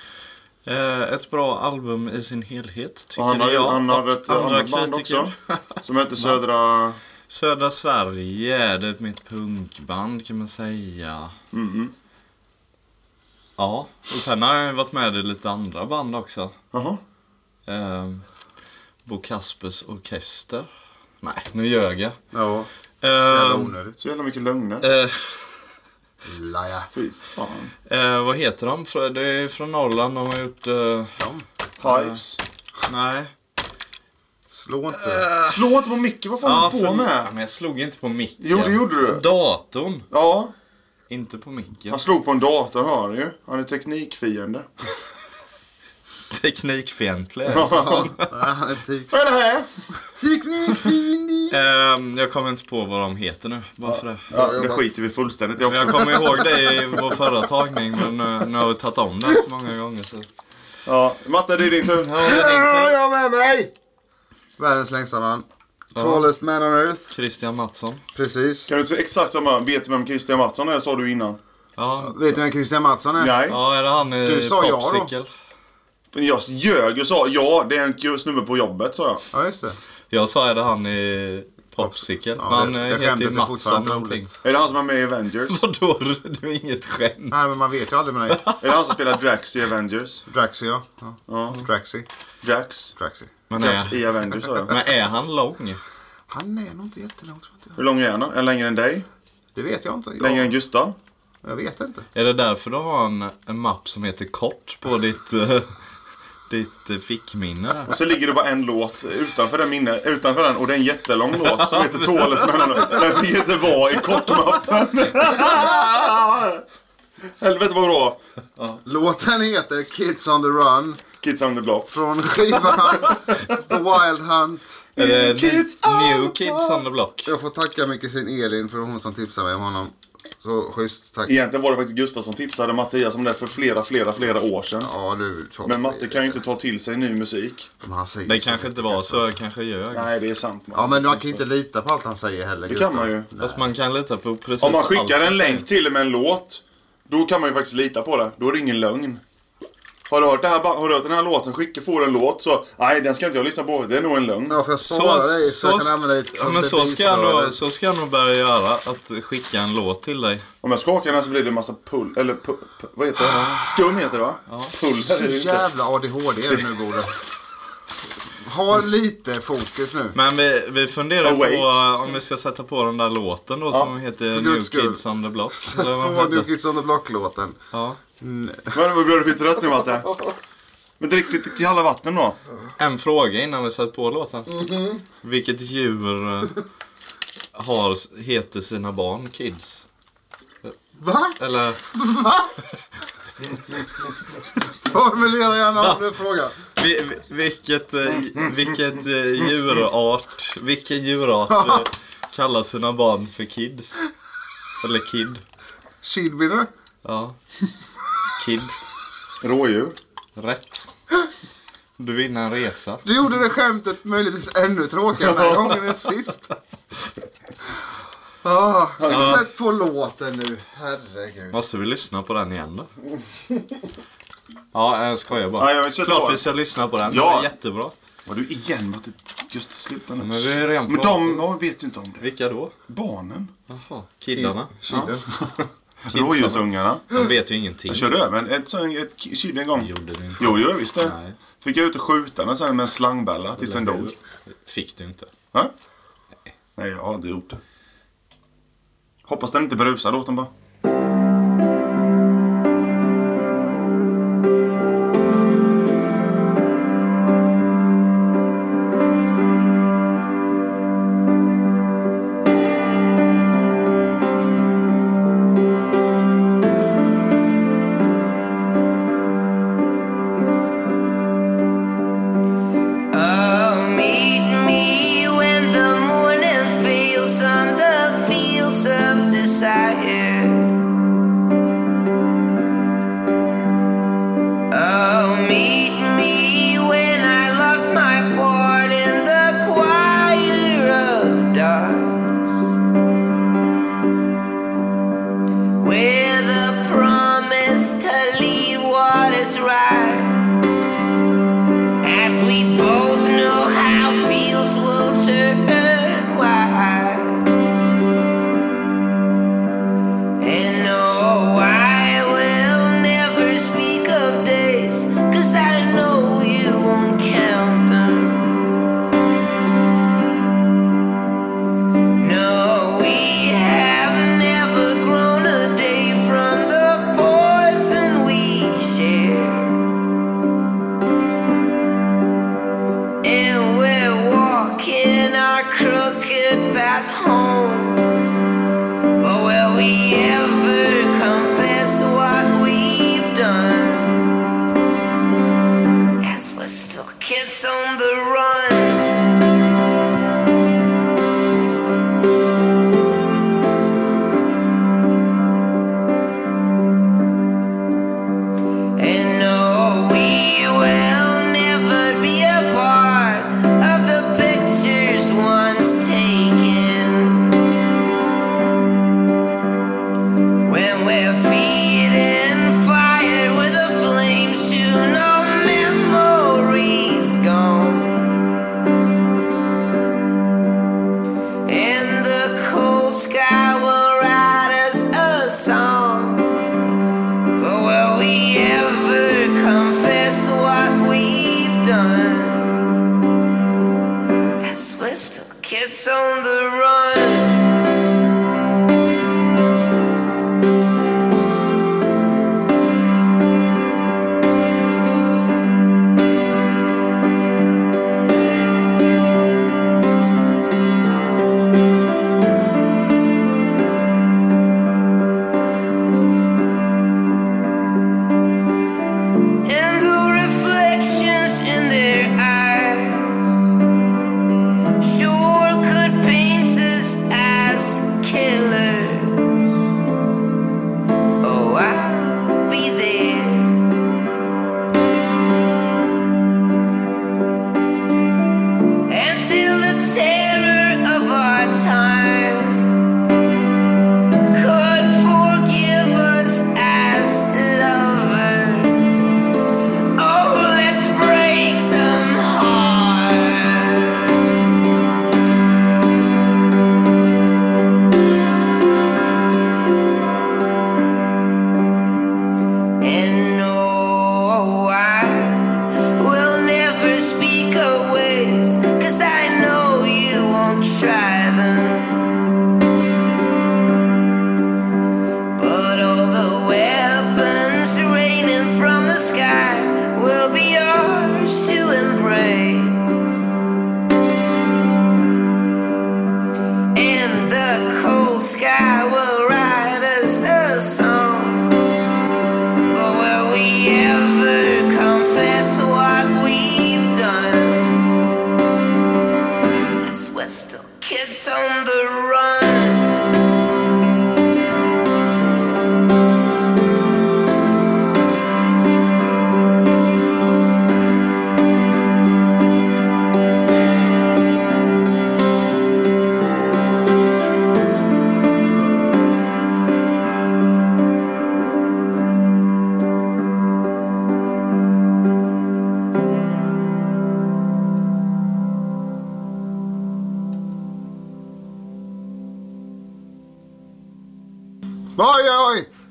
Speaker 3: Eh, ett bra album i sin helhet tycker
Speaker 2: och han har,
Speaker 3: jag.
Speaker 2: han har
Speaker 3: och
Speaker 2: ett annat band också. Som heter Södra...
Speaker 3: Södra
Speaker 2: Mm-hmm.
Speaker 3: Sverige, det är mitt punkband kan man säga. Ja, och sen har jag varit med i lite andra band också.
Speaker 2: Jaha.
Speaker 3: Eh, Bo Kaspers Orkester. Nej, nu ljög jag.
Speaker 1: Ja, Ehm. jävla
Speaker 3: Eh,
Speaker 1: onödigt.
Speaker 2: Så jävla mycket lögner.
Speaker 3: eh,
Speaker 1: Laja.
Speaker 2: Fy fan.
Speaker 3: eh, vad heter de? Frö- Det är från Norrland. De har gjort... Eh,
Speaker 2: Hives.
Speaker 3: nej.
Speaker 1: Slå inte.
Speaker 2: Slå inte på micken, vad fan
Speaker 3: Ja,
Speaker 2: håller du på
Speaker 3: för- Ja,
Speaker 2: med?
Speaker 3: men jag slog inte på micken.
Speaker 2: Jo, det gjorde du.
Speaker 3: Datorn.
Speaker 2: Ja,
Speaker 3: Inte på micken.
Speaker 2: han slog på en dator, hör ni ju. Han är teknikfiende. Alltså-
Speaker 3: Teknikfientlig.
Speaker 1: Ah, te-
Speaker 2: Vad är det här?
Speaker 1: Teknikfiende.
Speaker 3: Ehm, jag kommer inte på vad de heter nu. Bara för det.
Speaker 2: Ja, det skiter vi fullständigt i
Speaker 3: Men
Speaker 2: också.
Speaker 3: Jag kommer ihåg det i vår förra tagning, men eh, nu, nu har vi tagit om det så många gånger så...
Speaker 2: Ja, Matte, det är din tur.
Speaker 3: Ja, det är din tur.
Speaker 1: jag med mig! Världens längsta man. Tallest man on earth.
Speaker 3: Christian Mattsson.
Speaker 1: Precis.
Speaker 2: Kan du inte säga exakt samma? Vet du vem Christian Mattsson är? sa du innan.
Speaker 3: Ja,
Speaker 1: Vet du vem Christian Mattsson är?
Speaker 2: Nej.
Speaker 3: ja är det han i
Speaker 1: Du sa ja då.
Speaker 3: Popsicle?
Speaker 2: Jag ljög och sa ja, det är en snubbe på jobbet, sa jag.
Speaker 1: Ja, just det.
Speaker 3: Jag sa är det han i Popsicle?
Speaker 1: Ja,
Speaker 3: men han
Speaker 1: det-
Speaker 3: eh,
Speaker 1: det
Speaker 3: heter ju
Speaker 1: skämtet är
Speaker 3: Mattsson
Speaker 1: fortfarande
Speaker 3: någonting.
Speaker 1: roligt.
Speaker 2: Är det han som är med i Avengers?
Speaker 3: Vadå? Det är inget skämt.
Speaker 1: Nej, men man vet ju aldrig med dig.
Speaker 2: är det han som spelar Drax i Avengers?
Speaker 1: Draxi, ja. ja. Draxi.
Speaker 2: Drax.
Speaker 1: Draxi.
Speaker 3: Men är,
Speaker 2: Drax i Avengers, sa jag.
Speaker 3: men är han lång?
Speaker 1: Han är nog inte jättelång, tror inte jag.
Speaker 2: Hur lång är han? Är han längre än dig?
Speaker 1: Det vet jag inte. Jag,
Speaker 2: Längre än Gustav?
Speaker 1: jag vet inte.
Speaker 3: Är det därför du har en, en mapp som heter Kort på ditt, eh, ditt eh, fickminne? där?
Speaker 2: Och så ligger det bara en låt utanför den, minne, utanför den och det är en jättelång låt som heter Tålesmännen. Den fick inte vara i kortmappen. Helvete vad bra.
Speaker 1: Låten heter Kids on the Run
Speaker 2: Kids on the Block.
Speaker 1: från skivan The Wild Hunt.
Speaker 3: Är det
Speaker 2: Kids
Speaker 3: New-
Speaker 2: on
Speaker 3: New
Speaker 2: the
Speaker 3: Kids on the Block?
Speaker 1: Jag får tacka mycket sin Elin för hon som tipsade mig om honom. Så schysst, tack.
Speaker 2: Egentligen var det faktiskt Gustav som tipsade Mattias om det för flera, flera, flera år sedan.
Speaker 1: Ja, du. tjat-
Speaker 2: Men Matte kan ju inte ta till sig ny musik.
Speaker 1: Men han säger
Speaker 3: Det
Speaker 1: så
Speaker 3: kanske
Speaker 1: mycket,
Speaker 3: inte var
Speaker 1: alltså.
Speaker 3: så, jag kanske ljög.
Speaker 2: Nej, det är sant. man.
Speaker 1: Ja, men man kan ju inte lita på allt han säger heller.
Speaker 2: Det
Speaker 1: Gustav.
Speaker 2: kan man ju.
Speaker 3: Fast man kan lita på precis
Speaker 2: Om man skickar
Speaker 3: allt.
Speaker 2: en länk till med en låt, då kan man ju faktiskt lita på det. Då är det ingen lögn. Har du hört, det här, ba- har du hört den här låten? Skicka, får en låt så... Nej, den ska inte jag lyssna på. Det är nog en lögn.
Speaker 1: Ja, för jag
Speaker 3: Så,
Speaker 1: sparar dig så
Speaker 3: så,
Speaker 1: jag kan använda dig
Speaker 3: ja, men så, ska jag
Speaker 1: bevisbörda.
Speaker 3: nog, så ska jag nog börja göra, att skicka en låt till dig.
Speaker 2: Om jag skakar den så blir det en massa pull... Eller pu, pu, vad heter det? Skum heter det va? Pull
Speaker 1: Ah. Så
Speaker 2: är det ju inte.
Speaker 1: jävla ADHD är det nu, Bode. Ha lite fokus nu.
Speaker 3: Men vi, vi funderar
Speaker 2: Awake.
Speaker 3: på eh, om vi ska sätta på den där låten då som heter
Speaker 1: för
Speaker 3: New
Speaker 1: guds skull.
Speaker 3: Kids on the Block.
Speaker 1: Sätt
Speaker 3: eller vad den
Speaker 1: på
Speaker 3: heter.
Speaker 1: New Kids on the Block-låten.
Speaker 3: Ja.
Speaker 2: Men vad blir du bli trött nu Matte? Men drick lite kalla vatten då.
Speaker 3: En fråga innan vi sätter på låten. Vilket djur eh, har, heter sina barn Kids?
Speaker 1: Va?
Speaker 3: Eller,
Speaker 1: Va? Formulera gärna om du frågar.
Speaker 3: vi, vi- vilket, eh, vilket eh, djurart, vilken djurart eh, kallar sina barn för Kids? Eller Kid?
Speaker 1: Kidbinner?
Speaker 3: Ja. Kid.
Speaker 2: Rådjur.
Speaker 3: Rätt. Du vinner en resa.
Speaker 1: Du gjorde det skämtet möjligtvis ännu tråkigare den här gången än sist. Ah, Sätt på låten nu, herregud.
Speaker 3: Måste vi lyssna på den igen då? Ja, jag skojar bara.
Speaker 2: Ja, jag vill köra på
Speaker 3: Klart
Speaker 2: den.
Speaker 3: vi ska lyssna på den.
Speaker 2: Ja.
Speaker 3: Den är jättebra.
Speaker 2: Var du igen Matte? Just sluta nu.
Speaker 3: Men vi har ju redan
Speaker 2: Men de
Speaker 3: pratat.
Speaker 2: ja, vet ju inte om det.
Speaker 3: Vilka då?
Speaker 2: Barnen.
Speaker 3: Jaha, killarna.
Speaker 1: Kidden.
Speaker 2: Rådjursungarna.
Speaker 3: De vet ju ingenting.
Speaker 2: Jag körde över en- ett, så- ett kid en gång.
Speaker 3: Gjorde du inte.
Speaker 2: Jo, det gjorde jag visst det.
Speaker 3: Nej.
Speaker 2: Fick jag ut och skjuta den sen med en slangbella tills den dog.
Speaker 3: Fick du inte.
Speaker 2: Va? Nej, jag har aldrig gjort det. Hoppas den inte brusar låten bara.
Speaker 5: Oh, meet me when the morning fails on the fields of desire. Oh,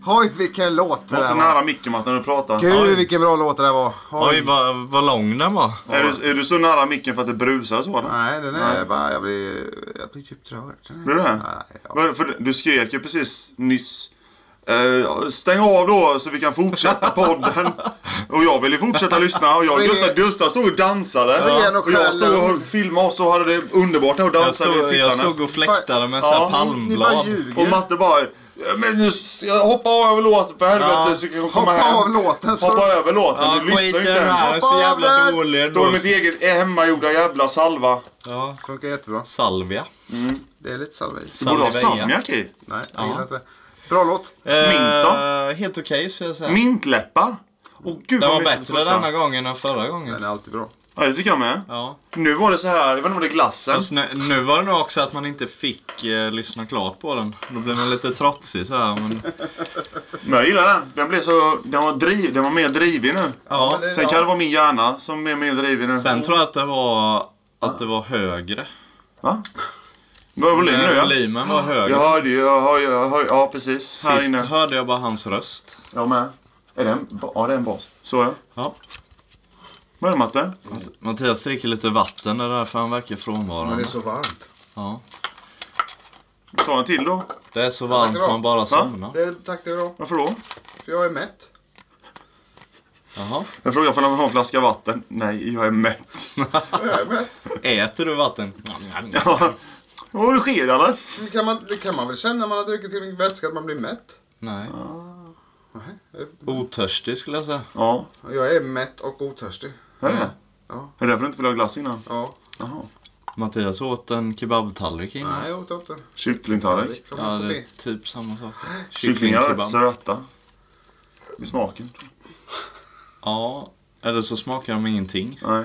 Speaker 1: Oj, vilken låt det
Speaker 2: Var så
Speaker 1: där var.
Speaker 2: nära micken Matte när du pratar.
Speaker 3: Oj.
Speaker 1: Gud, vilken bra låt det där var.
Speaker 3: Oj, vad, vad lång den var.
Speaker 2: Är du, är du så nära micken för att det brusar så? eller?
Speaker 1: Nej, den är bara... Jag blir, jag blir typ rörd.
Speaker 3: Mm.
Speaker 2: Blir du det?
Speaker 1: Nej, ja.
Speaker 2: Vad- För du skrek ju precis nyss. eh, stäng av då så vi kan fortsätta podden. och jag ville fortsätta lyssna och jag och Gustav, Gustav stod och dansade.
Speaker 1: Ring en och
Speaker 2: Och jag stod
Speaker 1: skäll.
Speaker 2: och filmade och så hade det underbart och
Speaker 3: Jag
Speaker 2: dansade
Speaker 3: stod, jag
Speaker 2: sittandes.
Speaker 3: stod och fläktade med så här
Speaker 2: Ja,
Speaker 1: Ni bara
Speaker 3: palmblad.
Speaker 1: ljuger.
Speaker 2: Och Matte bara, men nu s- hoppa av låten för helvete så vi kan
Speaker 1: Hoppa
Speaker 2: komma hem.
Speaker 1: av låten, så-
Speaker 2: Hoppa över låten,
Speaker 3: Ja,
Speaker 2: du
Speaker 3: skit
Speaker 2: lyssnar
Speaker 3: i
Speaker 2: ju inte
Speaker 3: den här.
Speaker 2: ens.
Speaker 1: Hoppa
Speaker 3: Så
Speaker 1: av
Speaker 3: jävla
Speaker 1: den.
Speaker 3: dålig ändå.
Speaker 2: Står mitt eget hemmagjorda jävla salva.
Speaker 3: Ja,
Speaker 1: Funkar jättebra.
Speaker 3: salvia.
Speaker 1: Det är lite salvis.
Speaker 2: Du borde ha
Speaker 3: Salveja.
Speaker 2: salmiak i.
Speaker 1: Nej, jag gillar inte det. Bra låt.
Speaker 2: Mint då?
Speaker 3: Eh, Helt okej skulle jag säga.
Speaker 2: Mintläppar. Åh gud
Speaker 3: Den
Speaker 2: vad
Speaker 3: var
Speaker 2: mysigt
Speaker 3: bättre
Speaker 2: att pussa.
Speaker 3: denna gången än förra
Speaker 1: Den
Speaker 3: gången.
Speaker 1: är alltid bra.
Speaker 2: Ja, det tycker jag med.
Speaker 3: Ja.
Speaker 2: Nu var det så här, jag vet inte om det är glassen.
Speaker 3: Fast nu, nu var det nog också att man inte fick eh, lyssna klart på den. Då blev man lite trotsig så här. Men,
Speaker 2: Men jag gillar den. Den blev så, den var driv, den var mer drivig nu.
Speaker 3: ja.
Speaker 1: men det-
Speaker 2: Sen kan det vara min hjärna som är mer drivig nu.
Speaker 3: Sen tror jag att det var, att det var högre. Eh,
Speaker 2: Va? Var det volym nu ja?
Speaker 3: Volymen var
Speaker 2: Jag
Speaker 3: högre.
Speaker 2: hörde ju, jag hörde, jag hörde, ja precis. här
Speaker 3: Sist
Speaker 2: inne.
Speaker 3: hörde jag bara hans röst.
Speaker 2: Jag med. Är det en, ja, det är en bas. Så ja.
Speaker 3: Ja.
Speaker 2: Vad är det Matte?
Speaker 3: Mattias dricker lite vatten, det är därför han verkar
Speaker 1: Men det
Speaker 3: frånvarande.
Speaker 1: är så varmt.
Speaker 3: Ja.
Speaker 2: Ta en till då.
Speaker 3: Det är så varmt
Speaker 1: Tack då.
Speaker 3: man bara somnar.
Speaker 1: Det, tack, det är bra.
Speaker 2: Varför då?
Speaker 1: För jag är mätt.
Speaker 3: Jaha.
Speaker 2: Jag frågade om jag ha en flaska vatten. Nej, jag är mätt.
Speaker 1: Jag är mätt.
Speaker 3: Äter du vatten?
Speaker 2: Vad det sker eller?
Speaker 1: Men Kan man, det kan man väl känna när man har druckit till mycket vätska att man blir mätt?
Speaker 3: Nej. Otörstig skulle jag säga.
Speaker 2: Ja.
Speaker 1: Jag är mätt och otörstig.
Speaker 2: Är det?
Speaker 1: Ja.
Speaker 2: Är det därför du inte vill ha glass innan?
Speaker 1: Ja.
Speaker 2: Jaha.
Speaker 3: Mattias åt en kebabtallrik innan.
Speaker 1: Nej, jag åt upp det.
Speaker 2: Kycklingtallrik.
Speaker 1: Kom
Speaker 3: Ja,
Speaker 1: ja,
Speaker 3: det
Speaker 1: det...
Speaker 3: är typ samma sak.
Speaker 2: Kycklingar är
Speaker 3: Kycklingkebab.
Speaker 2: rätt söta. I smaken.
Speaker 3: Ja, eller så smakar de ingenting.
Speaker 2: Nej.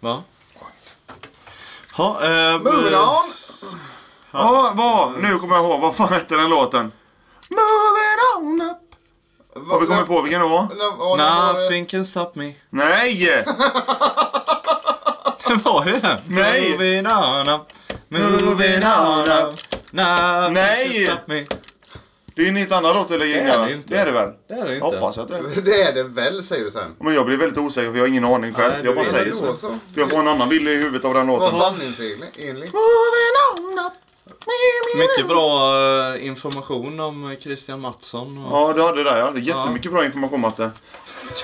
Speaker 3: Va? Ha, eh,
Speaker 1: Moving on!
Speaker 2: Ja, vad? Nu kommer jag ihåg. Vad fan hette den låten? Moving on up. Har vi kommit på vilken det var?
Speaker 3: Nothing can stop me.
Speaker 2: Nej!
Speaker 3: Det var ju det.
Speaker 2: Nej.
Speaker 3: Moving on up. Moving on up. Nothing
Speaker 2: Nej.
Speaker 3: can stop me.
Speaker 2: Det är ju en helt annan låt du lägger in
Speaker 3: Det är
Speaker 2: där.
Speaker 3: det inte.
Speaker 2: Det är det väl?
Speaker 3: Det är det inte.
Speaker 2: Hoppas att det är.
Speaker 1: Det är det väl, säger du sen.
Speaker 2: Men jag blir väldigt osäker för jag har ingen aning själv.
Speaker 3: Nej, du
Speaker 2: jag bara
Speaker 3: vet
Speaker 2: säger
Speaker 1: inte
Speaker 2: så.
Speaker 1: då, så.
Speaker 2: För jag får en annan bild i huvudet av den
Speaker 1: Var
Speaker 2: låten.
Speaker 1: sanningsenlig. enlig.
Speaker 3: Mycket bra eh, information om eh, Christian Mattsson. Och...
Speaker 2: Ja, du hade det där ja. Det är jättemycket bra information Matte.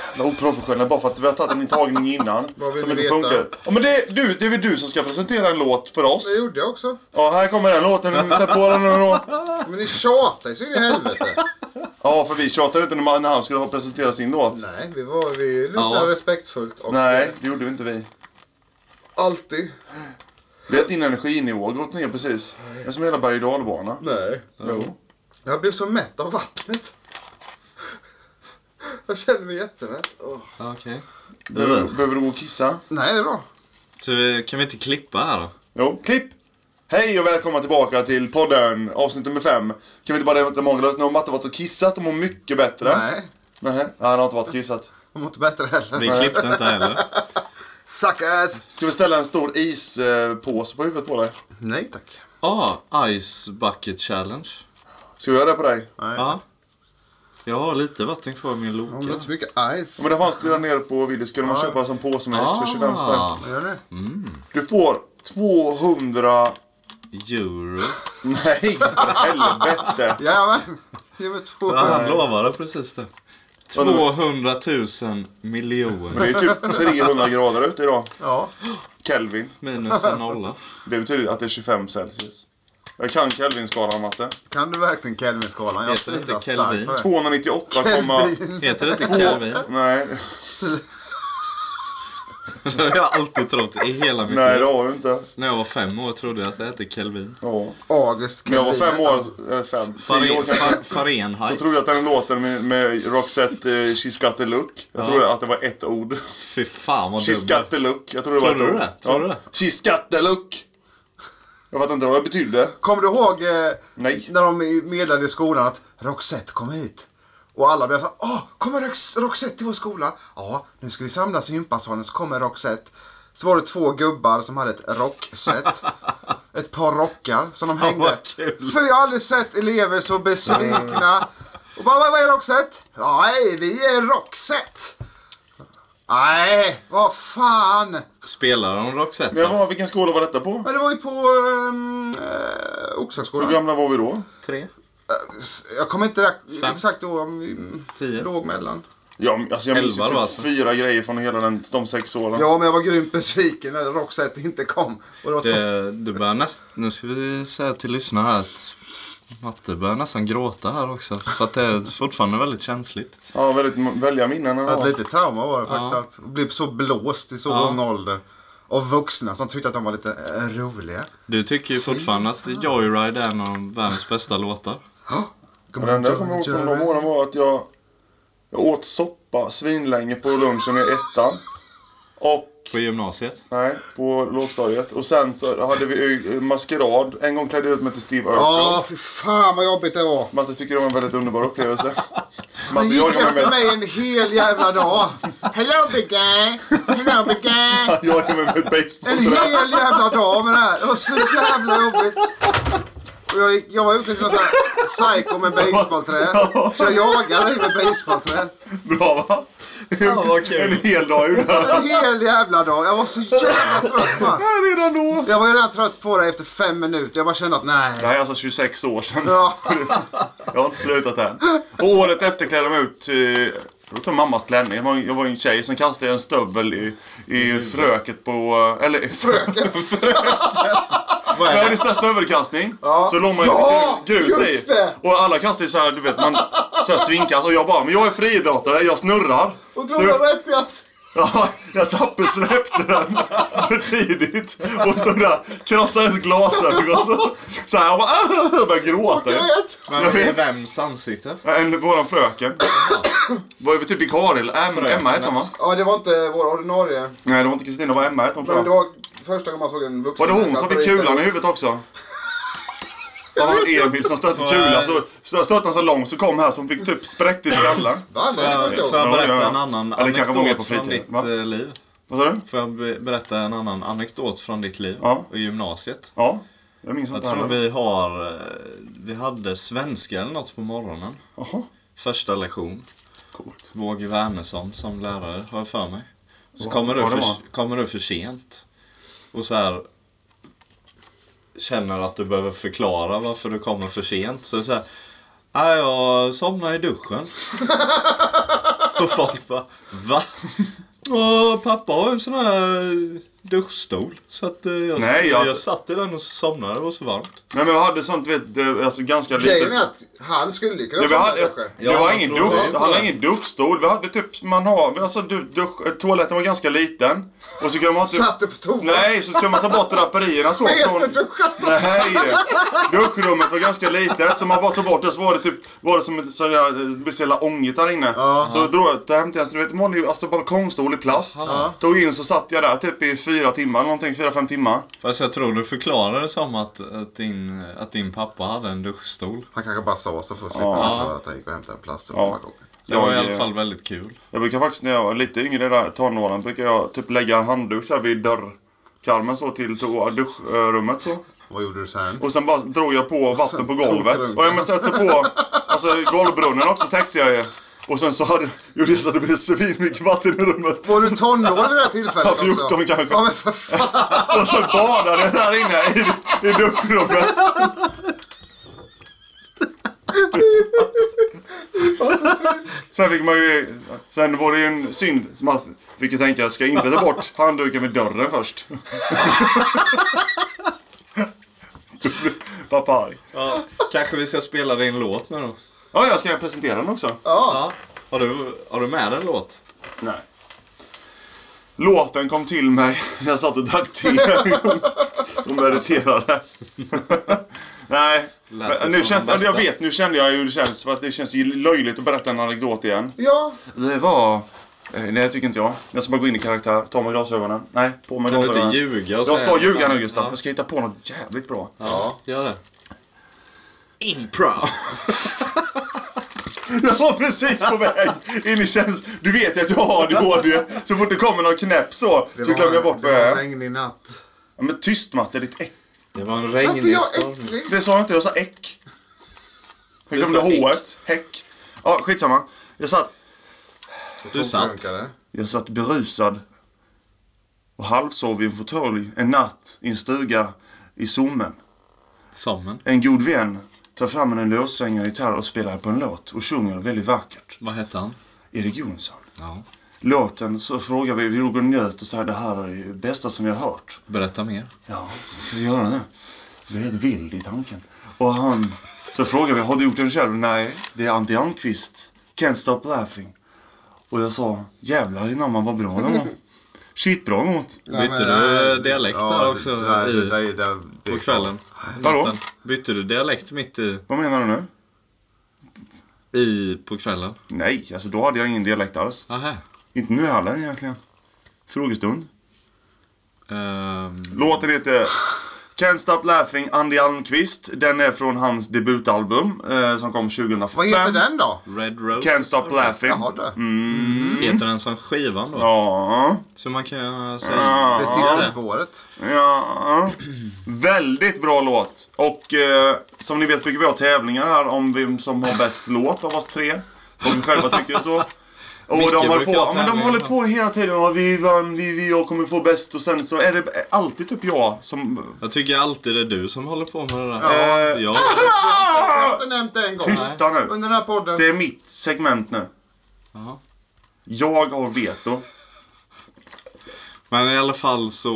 Speaker 2: Jävla oprofessionell bara för att vi har tagit en tagning innan.
Speaker 1: Vad vill
Speaker 2: som
Speaker 1: vi
Speaker 2: inte
Speaker 1: veta?
Speaker 2: funkar. Ja, men det är, du, det är väl du som ska presentera en låt för oss?
Speaker 1: Det gjorde jag också.
Speaker 2: Ja, här kommer den låten. Vi tar på den nu då.
Speaker 1: Men ni tjatar ju så in i helvete.
Speaker 2: Ja, för vi tjatade inte när när han skulle ha presentera sin låt. Nej.
Speaker 1: Nej, vi, var, vi lyssnade
Speaker 3: Ja.
Speaker 1: respektfullt och
Speaker 2: det gjorde vi inte vi.
Speaker 1: alltid.
Speaker 2: Vi har din energinivå gått ner precis. Det är som hela berg och dalbana.
Speaker 1: Nej.
Speaker 2: Jo.
Speaker 1: Jag blev så mätt av vattnet. Jag känner mig jättemätt. Åh.
Speaker 3: Okej.
Speaker 2: Behöver, behöver du gå och kissa?
Speaker 1: Nej, det är bra.
Speaker 3: Så vi- Kan vi inte klippa här då?
Speaker 2: Jo, klipp! Hej och välkomna tillbaka till podden, avsnitt nummer fem. Kan vi inte bara veta många Nu har Matte varit och kissat och mår mycket bättre.
Speaker 1: Nej,
Speaker 2: Nej, han har inte varit och kissat.
Speaker 1: jag mår inte bättre
Speaker 3: Vi
Speaker 1: heller.
Speaker 3: klippte inte heller.
Speaker 1: Suckers!
Speaker 2: Ska vi ställa en stor ispåse på huvudet på dig?
Speaker 1: Nej tack.
Speaker 3: Ja, Ice Bucket Challenge.
Speaker 2: Ska vi göra det på dig?
Speaker 1: Nej.
Speaker 3: Ja. Jag har lite vatten kvar i min
Speaker 1: Om det
Speaker 3: Loka.
Speaker 1: inte så mycket ice.
Speaker 2: Men det fanns det ner på video. Skulle man köpa en sån påse med
Speaker 3: Ah,
Speaker 2: is för 25 spänn?
Speaker 1: Vad gör du?
Speaker 2: Du får 200...
Speaker 3: Euro.
Speaker 2: Nej, för helvete!
Speaker 1: Jajamän! Ge mig två.
Speaker 3: Ja, han lovade precis det. 200 000
Speaker 2: Men det
Speaker 3: miljoner
Speaker 2: är typ 300 grader ute idag.
Speaker 1: Ja.
Speaker 2: Kelvin.
Speaker 3: minus en nolla.
Speaker 2: Det betyder att det är 25 Celsius. Jag kan Kelvinskalan, Matte.
Speaker 1: Kan du verkligen Kelvinskalan? Jag
Speaker 3: Heter det inte
Speaker 1: tvivlar starkt på det.
Speaker 2: 298,
Speaker 1: Kelvin.
Speaker 3: Heter det inte Kelvin?
Speaker 2: Nej,
Speaker 3: Det har jag alltid trott i hela mitt
Speaker 2: nej det
Speaker 3: liv.
Speaker 2: har du inte.
Speaker 3: När jag var fem år trodde jag att det hette Kelvin.
Speaker 2: Ja.
Speaker 1: August
Speaker 2: När jag var
Speaker 1: Kelvin.
Speaker 2: fem år, eller fem, tio år
Speaker 3: Faren,
Speaker 2: kanske.
Speaker 3: fa,
Speaker 2: Så
Speaker 3: Fahrenheit.
Speaker 2: trodde jag att den låten med, med Roxette, eh, She's got the look. Jag trodde att det var ett ord.
Speaker 3: Fy fan vad
Speaker 2: She's
Speaker 3: dumt.
Speaker 2: got the look. Jag trodde det var ett
Speaker 3: Tror du
Speaker 2: ord.
Speaker 3: det? Tror du
Speaker 2: Ja.
Speaker 3: det?
Speaker 2: She's got the look. Jag vet inte vad det betydde.
Speaker 1: Kommer du ihåg eh,
Speaker 2: Nej.
Speaker 1: när de meddelade i skolan att Roxette kom hit? Och alla blev så här, åh, kommer Rox- Roxette till vår skola? Ja, nu ska vi samlas i gympasalen så kommer Roxette. Så var det två gubbar som hade ett rockset. ett par rockar som de hängde.
Speaker 3: vad kul.
Speaker 1: För jag har aldrig sett elever så besvikna. Och bara, vad vad är Roxette? Nej, vi är Roxette. Nej, vad fan.
Speaker 3: Spelar de Roxette?
Speaker 2: Men
Speaker 3: då?
Speaker 2: vad, vilken skola var detta på?
Speaker 1: Men det var ju på um, uh,
Speaker 2: Hur
Speaker 1: Oxhagsskolan.
Speaker 2: gamla var vi då?
Speaker 3: Tre?
Speaker 1: Jag kommer inte ra-
Speaker 3: Fem?
Speaker 1: exakt ihåg om vi mm,
Speaker 3: Tio?
Speaker 1: låg mellan.
Speaker 2: Ja, men, alltså jag minns ju
Speaker 3: Elva
Speaker 2: typ
Speaker 3: då, alltså.
Speaker 2: fyra grejer från hela den, de sex åren.
Speaker 1: Ja, men jag var grymt besviken när Roxette inte kom. Och det var två-
Speaker 3: Det, det börjar näst, nu ska vi säga till lyssnarna här att Matte börjar nästan gråta här också. För att det är fortfarande väldigt känsligt.
Speaker 2: Ja, väldigt m- välja minnen.
Speaker 1: Ett
Speaker 2: Ja.
Speaker 1: litet trauma var det faktiskt. Att bli så blåst i så ung ålder. Av vuxna som tyckte att de var lite eh, roliga.
Speaker 3: Du tycker ju fortfarande att Joyride är en av världens bästa låtar.
Speaker 1: Kommer
Speaker 2: Men det enda jag kommer ihåg från de åren var att jag, jag åt soppa svinlänge på lunchen i ettan. Och
Speaker 3: På gymnasiet.
Speaker 2: Nej, på lågstadiet. Och sen så hade vi eh, maskerad. En gång klädde jag ut mig till Steve Urkel.
Speaker 1: Ja, fy fan vad jobbigt det var.
Speaker 2: Matte tycker det var en väldigt underbar upplevelse.
Speaker 1: Han
Speaker 2: Matte
Speaker 1: gick
Speaker 2: jagar mig
Speaker 1: efter
Speaker 2: med,
Speaker 1: mig en hel jävla dag. Hello big guy. Hello big guy.
Speaker 2: han jagar mig med ett
Speaker 1: En
Speaker 2: basebollträ.
Speaker 1: hel jävla dag med det här. Det var så jävla jobbigt. Och jag, gick, jag var utklädd till någon sån här psycho med basebollträ. Så jag jagade dig med basebollträ.
Speaker 2: Bra va?
Speaker 3: Ja, vad
Speaker 2: En
Speaker 3: kul.
Speaker 2: hel dag gjorde han.
Speaker 1: En hel jävla dag. Jag var så jävla trött man.
Speaker 2: Redan då.
Speaker 1: Jag var ju redan trött på det efter fem minuter. Jag bara kände att
Speaker 2: Det
Speaker 1: nej.
Speaker 2: här är alltså 26 år sedan.
Speaker 1: Ja.
Speaker 2: Jag har inte slutat än. Och året efter klädde de ut eh, jag tog mammas klänning. Jag var, jag var ju en tjej. Sen kastade jag en stövel i, i fröket på... eh, Eller i fröket?
Speaker 3: Vad
Speaker 2: Jag
Speaker 3: är
Speaker 2: hade
Speaker 3: det?
Speaker 2: en stövelkastning.
Speaker 1: Ja.
Speaker 2: Så låg man
Speaker 1: Ja,
Speaker 2: gru- grus
Speaker 1: just
Speaker 2: i.
Speaker 1: det.
Speaker 2: Och alla kastade så här, du vet, man så här svinkas. Och jag bara, men jag är friidrottare, jag snurrar.
Speaker 1: Och
Speaker 2: Så
Speaker 1: drog
Speaker 2: jag,
Speaker 1: jag rätt i att...
Speaker 2: ja, jag tappade släppte den för tidigt. Och så där, krossade hennes glasögon. Så, så här, jag bara, "Ah!" jag började gråta.
Speaker 1: Jag vet.
Speaker 3: Men det är vems ansikte?
Speaker 2: En, våran fröken. Var vi typ vikarie? Em, Emma hette hon va?
Speaker 1: Ja, det var inte vår ordinarie.
Speaker 2: Nej, det var inte Kristina, det var Emma hette hon tror
Speaker 1: Men det
Speaker 2: jag.
Speaker 1: var första gången man såg en vuxen.
Speaker 2: Var det hon som fick
Speaker 1: människa
Speaker 2: kulan i huvudet också? Det var en Emil som stötte kulan, så så stötte han så långt så kom här som fick typ spräckt i skallen.
Speaker 1: Va?
Speaker 3: Får
Speaker 1: Nej, det var inte
Speaker 3: jag,
Speaker 1: jag.
Speaker 2: Ja, ja,
Speaker 3: får jag berätta
Speaker 2: ja.
Speaker 3: en annan
Speaker 2: Eller kanske var med på
Speaker 3: anekdot från
Speaker 2: fritiden,
Speaker 3: ditt
Speaker 2: va?
Speaker 3: eh, liv?
Speaker 2: Vad sa du?
Speaker 3: Får jag be- berätta en annan anekdot från ditt liv?
Speaker 2: Ja.
Speaker 3: I gymnasiet.
Speaker 2: Ja, jag minns
Speaker 3: Jag
Speaker 2: inte
Speaker 3: tror
Speaker 2: heller.
Speaker 3: vi har... eh, Vi hade svenska eller något på morgonen.
Speaker 2: Jaha,
Speaker 3: Första lektion.
Speaker 2: coolt.
Speaker 3: Våge Wernersson som lärare, har jag för mig. Så kommer du,
Speaker 2: vad det
Speaker 3: för,
Speaker 2: var.
Speaker 3: kommer du för sent. Och så här känner att du behöver förklara varför du kommer för sent. Så så här, "Ah, jag somnade i duschen. Och folk bara, va? Och pappa har ju en sån här duschstol. Så att eh, jag,
Speaker 2: Nej, jag-
Speaker 3: jag... satt i den och så somnade det var så varmt.
Speaker 2: Nej men vi hade sånt, vet du, alltså ganska
Speaker 1: Grejen är
Speaker 2: lite...
Speaker 1: att han skulle ju kunna
Speaker 2: Det, vi
Speaker 1: sånt
Speaker 2: hade,
Speaker 1: här
Speaker 2: ett,
Speaker 1: kanske.
Speaker 2: det var
Speaker 3: jag
Speaker 2: ingen
Speaker 3: tror
Speaker 2: dusch,
Speaker 3: det.
Speaker 2: han hade ingen duschstol. Vi hade typ, man har, men alltså du, dusch, toaletten var ganska liten. Och så kunde man typ...
Speaker 1: Satt du på toan?
Speaker 2: Nej, så skulle man ta bort draperierna så
Speaker 1: Peter
Speaker 2: från...
Speaker 1: duschade så.
Speaker 2: Nej, duschrummet var ganska litet så man bara tog bort det så var det typ var det som ett sån där beställa ångigt där inne. Så drog jag, tog hem till en du vet vanlig alltså, balkongstol i plast. Tog in så satt jag där typ i fyra timmar någonting, fyra fem timmar.
Speaker 3: Fast jag tror du förklarade det som att, att, din, att din pappa hade en duschstol.
Speaker 1: Han kanske bara sa så för att slippa förklara att han gick och hämtade en plastduk
Speaker 2: Ja.
Speaker 1: några gånger.
Speaker 3: Det var i
Speaker 2: Jag-
Speaker 3: alla fall väldigt kul.
Speaker 2: Jag brukar faktiskt när jag var lite yngre där, tonåren, brukar jag typ lägga en handduk så här vid dörrkarmen så till toa- duschrummet så.
Speaker 1: Vad gjorde du sen?
Speaker 2: Och sen bara drog jag på vatten på golvet.
Speaker 1: tog du
Speaker 2: Och jag men, satte på, alltså golvbrunnen också täckte jag ju. Och sen så hade, gjorde jag så att det blev svinmycket vatten i rummet.
Speaker 1: Var du tonåring vid det här tillfället
Speaker 2: Ja,
Speaker 1: också?
Speaker 2: 14 kanske.
Speaker 1: Ja, men för fan.
Speaker 2: Och så badade jag där inne i, i duschrummet. Sen fick man ju, sen var det ju en synd som man fick ju tänka, ska jag inte ta bort handduken vid dörren först? Då blev Pappa arg.
Speaker 3: Ja, kanske vi ska spela din låt nu då.
Speaker 2: Ja, jag ska presentera den också.
Speaker 3: Ja. Har du, har du med en låt?
Speaker 2: Nej. Låten kom till mig när jag satt och drack te en gång och mediterade. Nej,
Speaker 3: Lät
Speaker 2: men nu
Speaker 3: det som
Speaker 2: känns,
Speaker 3: den bästa?
Speaker 2: jag vet, nu kände jag hur det känns för att det känns ju löjligt att berätta en anekdot igen.
Speaker 1: Ja,
Speaker 2: Det var... eh, Nej, det tycker inte jag. Jag ska bara gå in i karaktär, ta mig glasögonen. Nej, på mig
Speaker 3: Kan du
Speaker 2: glasögonen.
Speaker 3: inte ljuga och
Speaker 2: Jag
Speaker 3: säga
Speaker 2: ska ljuga
Speaker 3: något
Speaker 2: nu
Speaker 3: annat?
Speaker 2: Gustav.
Speaker 3: Ja.
Speaker 2: Jag ska hitta på något jävligt bra.
Speaker 3: Ja. Gör det.
Speaker 2: Impro. Jag var precis på väg in i tjänst. Du vet ju att jag har ADHD. Så fort det kommer någon knäpp så, så glömmer jag bort vad
Speaker 1: det
Speaker 2: jag
Speaker 1: var en
Speaker 2: är.
Speaker 1: regnig natt.
Speaker 2: Ja, men tyst Matte, ditt äck.
Speaker 3: Det var en
Speaker 1: Varför är
Speaker 3: regnig
Speaker 1: jag
Speaker 3: storm.
Speaker 1: äcklig?
Speaker 2: Det sa jag inte, jag sa äck. Jag glömde
Speaker 3: Du sa
Speaker 2: H-et. Häck. Ja, skitsamma. Jag satt,
Speaker 3: Du satt.
Speaker 1: Runkare.
Speaker 2: jag satt berusad och halvsov i en fåtölj en natt i en stuga i Sommen.
Speaker 3: Sommen.
Speaker 2: En god vän tar fram en låtsträngad gitarr och spelar på en låt och sjunger väldigt vackert.
Speaker 3: Vad hette han?
Speaker 2: Erik Jonsson.
Speaker 3: Ja.
Speaker 2: Låten så frågar vi, vi drog och njöt och så här, det här är det bästa som jag har hört.
Speaker 3: Berätta mer.
Speaker 2: Ja, ska vi göra det? Du är helt vild i tanken. Och han... Så frågade vi, har du gjort den själv? Nej, det är Antti Almqvist. Can't stop laughing. Och jag sa, jävlar innan man var bra den var. Shit bra mot.
Speaker 1: Nej,
Speaker 3: Bytte
Speaker 1: men,
Speaker 3: du eh,
Speaker 1: nej.
Speaker 3: dialekt där också
Speaker 1: nej,
Speaker 3: i-
Speaker 1: det där- där- det-
Speaker 3: På kvällen.
Speaker 2: Hallå?
Speaker 3: Natten. Bytte du dialekt mitt i,
Speaker 2: Vad menar du nu?
Speaker 3: i på kvällen?
Speaker 2: Nej, alltså då hade jag ingen dialekt alls.
Speaker 3: Aha.
Speaker 2: Inte nu heller egentligen. Frågestund.
Speaker 3: Ehm,
Speaker 2: Låten heter Can't Stop Laughing, Andy Almqvist. Den är från hans debutalbum eh, som kom 2005.
Speaker 1: Vad heter den då?
Speaker 3: Red Rose.
Speaker 2: Can't Stop Laughing.
Speaker 1: Jaha du.
Speaker 2: Mm.
Speaker 1: Mm.
Speaker 3: Heter den som skivan då?
Speaker 2: Ja.
Speaker 3: Så man kan säga...
Speaker 1: Det är titelspåret.
Speaker 2: Ja, väldigt bra låt. Och eh, som ni vet brukar vi ha tävlingar här om vem som har bäst låt av oss tre. Om vi själva tycker så. Och
Speaker 3: Micke
Speaker 2: de håller, på,
Speaker 3: brukar ha
Speaker 2: ja, men de
Speaker 3: tävlingar
Speaker 2: håller
Speaker 3: ibland.
Speaker 2: på hela tiden. Ja, vi vann, vi, vi, jag kommer få bäst. Och sen så är det alltid typ jag som... eh,
Speaker 3: Jag tycker alltid det är du som håller på med det där.
Speaker 2: Ja.
Speaker 3: Jag,
Speaker 1: Jag har inte nämnt det en gång.
Speaker 2: Tysta nu.
Speaker 1: Under den här podden.
Speaker 2: Det är mitt segment nu.
Speaker 3: Jaha.
Speaker 2: Jag har veto.
Speaker 3: men i alla fall så,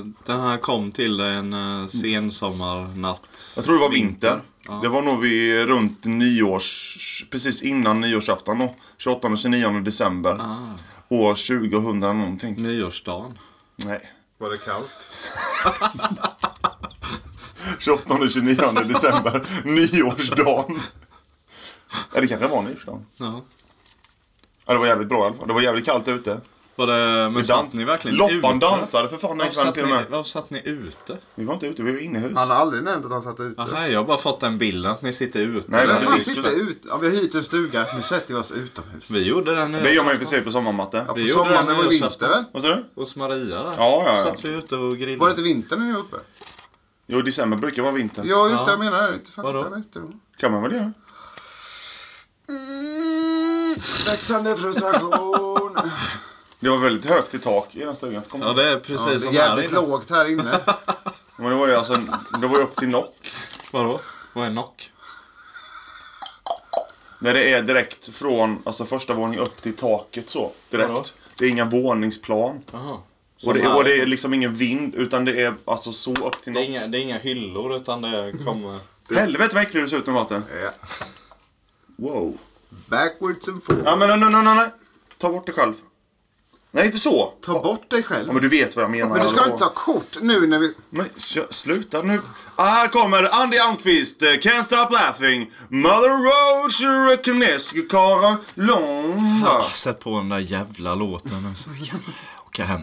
Speaker 3: eh, den här kom till dig en eh, sensommarnatt.
Speaker 2: Jag tror det var vinter. Det var nog vid runt nyårs... Precis innan nyårsafton då. 28 och 29 december.
Speaker 3: Ah.
Speaker 2: År 2000 någonting.
Speaker 3: Nyårsdagen.
Speaker 2: Nej.
Speaker 1: Var det kallt?
Speaker 2: 28 och 29 december, nyårsdagen. Ja, det kanske var nyårsdagen.
Speaker 3: Ja.
Speaker 2: Ja, det var jävligt bra i alla fall. Det var jävligt kallt ute.
Speaker 3: Var det, men satt
Speaker 2: Dans-
Speaker 3: ni verkligen
Speaker 2: Loppan
Speaker 3: ute?
Speaker 2: dansade för fan den kvällen
Speaker 3: Varför satt,
Speaker 2: till
Speaker 3: ni,
Speaker 2: och med.
Speaker 3: varför satt ni ute?
Speaker 2: Vi var inte ute, vi var innehus.
Speaker 1: Han har aldrig nämnt att han satt ute.
Speaker 3: Aha, jag har bara fått den bilden att ni sitter ute.
Speaker 2: Nej,
Speaker 1: Men
Speaker 2: det
Speaker 1: fan
Speaker 2: visste
Speaker 1: sitta
Speaker 2: du.
Speaker 1: ut. Ja, vi har hyrt en stuga. Nu sätter vi oss utomhus.
Speaker 3: Vi gjorde den nu.
Speaker 2: Det gör man ju i princip på sommarmatte.
Speaker 1: Ja, på
Speaker 3: vi gjorde
Speaker 1: sommaren
Speaker 3: det
Speaker 1: det var det vinter
Speaker 3: nyårsafton.
Speaker 1: väl?
Speaker 2: Vad sa du?
Speaker 3: Hos Maria där.
Speaker 2: Ja, ja, ja.
Speaker 3: Satt vi ute och grillade.
Speaker 1: Var det inte vinter när ni var uppe?
Speaker 2: Jo, december brukar vara vinter.
Speaker 1: Ja, just det. Jag menar det. Inte fan
Speaker 3: Vadå?
Speaker 1: sitter han ute då.
Speaker 2: Kan man väl göra.
Speaker 1: Växande frustration.
Speaker 2: Det var väldigt högt i tak i den stugan. Kom
Speaker 3: Ja, det är liksom. precis
Speaker 1: Det är
Speaker 3: som här
Speaker 1: jävligt
Speaker 3: inne.
Speaker 1: lågt här inne.
Speaker 2: Men det var ju alltså, det var ju upp till nock.
Speaker 3: Vadå? Vad är knock?
Speaker 2: När det är direkt från, alltså första våningen upp till taket så.
Speaker 3: Vadå? Alltså,
Speaker 2: Direkt. Det är inga våningsplan.
Speaker 3: Jaha. Som
Speaker 2: Och det,
Speaker 3: här.
Speaker 2: och det är liksom ingen vind, utan det är alltså så upp till
Speaker 3: Det är
Speaker 2: nock.
Speaker 3: inga, det är inga hyllor utan det kommer...
Speaker 2: Helvete vad äcklig du ser ut med vatten.
Speaker 1: Ja.
Speaker 2: Wow.
Speaker 1: Backwards and forwards.
Speaker 2: Ja men nej, nej, nej, nej. Ta bort det själv. Nej, inte så.
Speaker 1: Ta bort dig själv.
Speaker 2: Ja, men du vet vad jag menar.
Speaker 1: Men du ska
Speaker 2: Hallå.
Speaker 1: inte ta kort nu när vi...
Speaker 2: Men kö- sluta nu. Ah, här kommer Andy Almqvist, eh, Can't Stop Laughing. Mother Road, she recognize Kara Long.
Speaker 3: Sätt på den där jävla låten och så kan jag åka hem.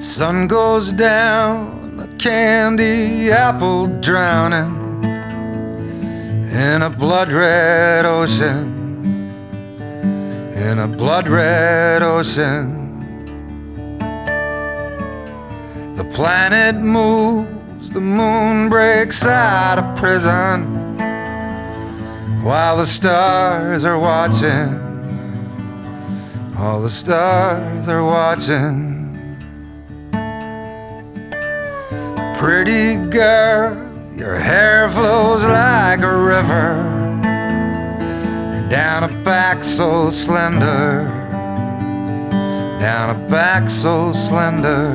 Speaker 5: Sun goes down, a candy apple drowning in a blood red ocean. In a blood red ocean. The planet moves, the moon breaks out of prison while the stars are watching. All the stars are watching. Pretty girl, your hair flows like a river. Down a back so slender. Down a back so slender.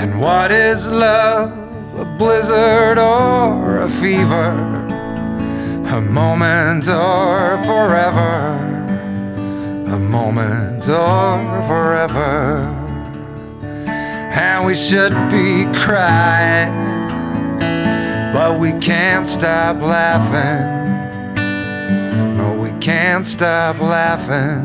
Speaker 5: And what is love? A blizzard or a fever? A moment or forever? A moment or forever? and we should be crying. But we can't stop laughing. No, we can't stop laughing.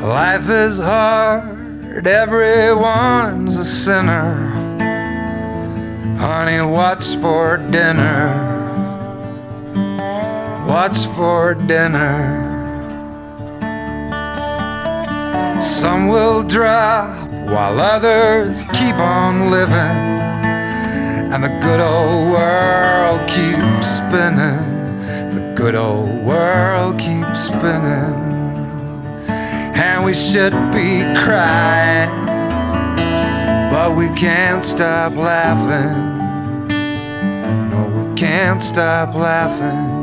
Speaker 5: life is hard, everyone's a sinner. Honey, what's for dinner? What's for dinner? Some will drop while others keep on living, and the good old world keeps spinning. The good old world keeps spinning, and we should be crying, but we can't stop laughing. No, we can't stop laughing.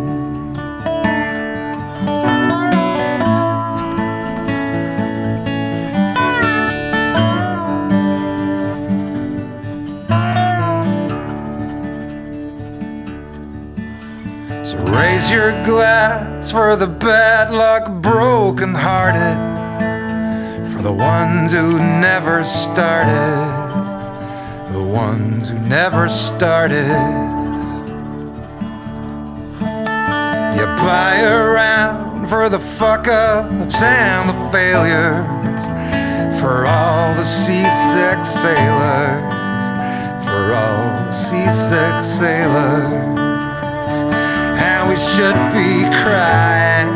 Speaker 5: So raise your glass for the bad luck, broken hearted, for the ones who never started, the ones who never started. You buy around for the fuck ups and the failures, for all the seasick sailors, for all the seasick sailors. And we should be crying,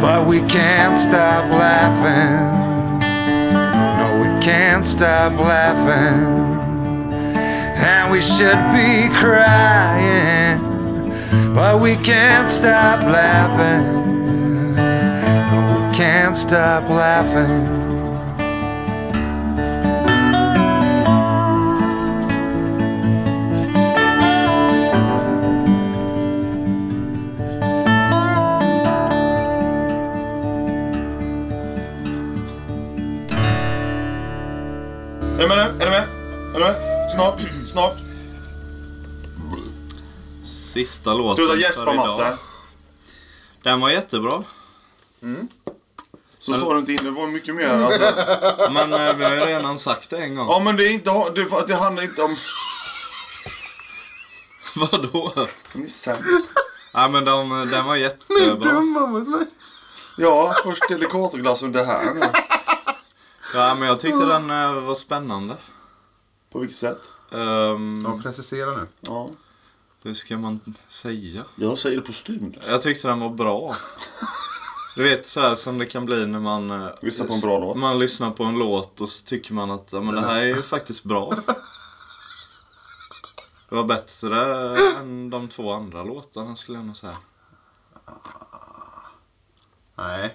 Speaker 5: but we can't stop laughing. No, we can't stop laughing. And we should be crying, but we can't stop laughing. No, we can't stop laughing.
Speaker 2: Är ni med nu? Är ni med? Är ni med? Snart, snart.
Speaker 3: Sista låten
Speaker 2: Sluta
Speaker 3: för
Speaker 2: gäspa
Speaker 3: idag.
Speaker 2: matte.
Speaker 3: Den var jättebra.
Speaker 2: Så sa du inte in, det var mycket mer alltså.
Speaker 3: Men eh, vi har ju redan sagt det en gång.
Speaker 2: Ja men det är inte, det, det handlar inte om...
Speaker 3: Vadå?
Speaker 2: Ni är sämst.
Speaker 3: Ja men de, den var jättebra.
Speaker 1: Dumma mot mig.
Speaker 2: Ja, först Delicatoglass och det här. nu.
Speaker 3: Ja men jag tyckte den eh, var spännande.
Speaker 2: På vilket sätt?
Speaker 3: Ehm,
Speaker 1: Ja, precisera nu.
Speaker 2: Ja.
Speaker 3: hur ska man säga?
Speaker 2: Jag säger det på stymt.
Speaker 3: Jag tyckte den var bra. Du vet så här som det kan bli när man eh,
Speaker 2: Lyssnar på en bra låt.
Speaker 3: Man lyssnar på en låt och så tycker man att ja, men det här är ju faktiskt bra. Det var bättre än de två andra låtarna skulle jag nog säga.
Speaker 1: Nej,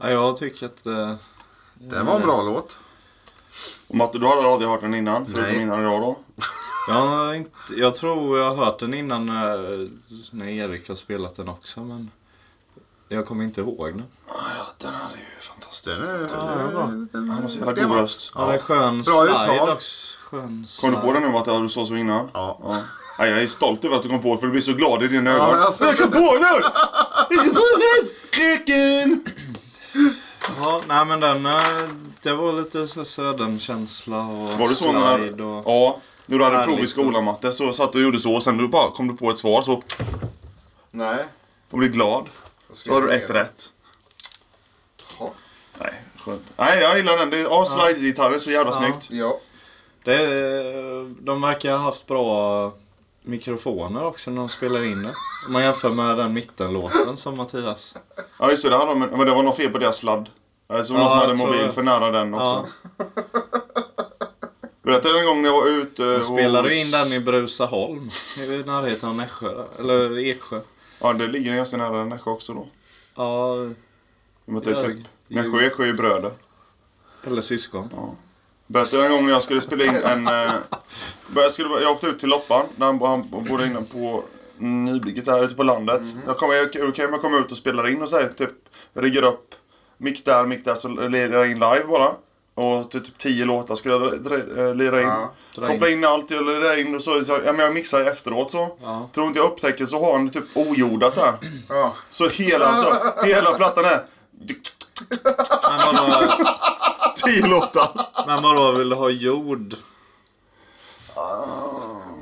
Speaker 3: Ja, jag tycker att... eh,
Speaker 1: det var en bra låt.
Speaker 2: Och Matte, du har aldrig hört den innan? Förutom
Speaker 1: Nej.
Speaker 2: innan idag då?
Speaker 3: Jag, har inte, jag tror jag har hört den innan eh, när Erik har spelat den också men jag kommer inte ihåg den.
Speaker 2: Ja, den här är ju fantastisk.
Speaker 1: Den är,
Speaker 2: Han har så jävla god röst.
Speaker 3: Ja, det är skön
Speaker 1: Bra
Speaker 3: slide
Speaker 1: uttal.
Speaker 3: också. Skön
Speaker 2: Kom du
Speaker 3: slide.
Speaker 2: på den nu Matte, att du sa så innan?
Speaker 1: Ja.
Speaker 2: Ja, jag är stolt över att du kom på det för du blir så glad i dina ögon.
Speaker 1: men alltså-
Speaker 2: Jag kom på något! Jag kom på något! Kröken!
Speaker 3: Ja, nej men den, eh, det var lite så här södernkänsla och
Speaker 2: Var det så när du...
Speaker 3: slide och...
Speaker 2: Ja. När du hade
Speaker 3: Härligt.
Speaker 2: prov i skolan Matte så satt du och gjorde så och sen du bara kom du på ett svar så
Speaker 1: Nej.
Speaker 2: och blev glad. Så har du ett rätt.
Speaker 1: Ja.
Speaker 2: Nej, skönt. Nej, jag gillar den. Det är, ja, slide-gitarr är så jävla snyggt.
Speaker 1: Ja.
Speaker 3: Det, eh, de verkar ha haft bra mikrofoner också när de spelar in den. Om man jämför med den mittenlåten som Mattias...
Speaker 2: Ja, just det. det hade de, men det var något fel på deras sladd. Det var någon som
Speaker 3: jag
Speaker 2: hade
Speaker 3: tror
Speaker 2: mobil
Speaker 3: det.
Speaker 2: för nära den
Speaker 3: Ja,
Speaker 2: också. Berättade en gång när jag var ute och...
Speaker 3: spelade in den i Brusaholm. I närheten av Nässjö, där. eller Eksjö.
Speaker 2: Ja, det ligger ganska nära Nässjö också då.
Speaker 3: Ja,
Speaker 2: I och med att det är
Speaker 3: Jörg.
Speaker 2: typ... Nässjö och Eksjö är ju bröder.
Speaker 3: eller syskon.
Speaker 2: Berättade en gång när jag skulle spela in en... eh, jag, skulle, jag åkte ut till Loppan, där han, han bodde inne på nybygget där ute på landet. Jag kom, jag, okej, men jag kom ut och spelade in och så här, typ riggar upp mick där, mick där, så lirar jag in live bara. Och typ, typ tio låtar skulle jag dra- dra- eh, lira in.
Speaker 1: Ja,
Speaker 3: dra
Speaker 2: Koppla in allt, jag lirar in och så, så ja, men jag mixar efteråt så. Tror inte jag upptäcker så har han typ ojordat där.
Speaker 1: Ja.
Speaker 2: Så hela, så, hela plattan är
Speaker 3: Men vadå,
Speaker 2: tio låtar.
Speaker 3: men vadå vill du ha jord?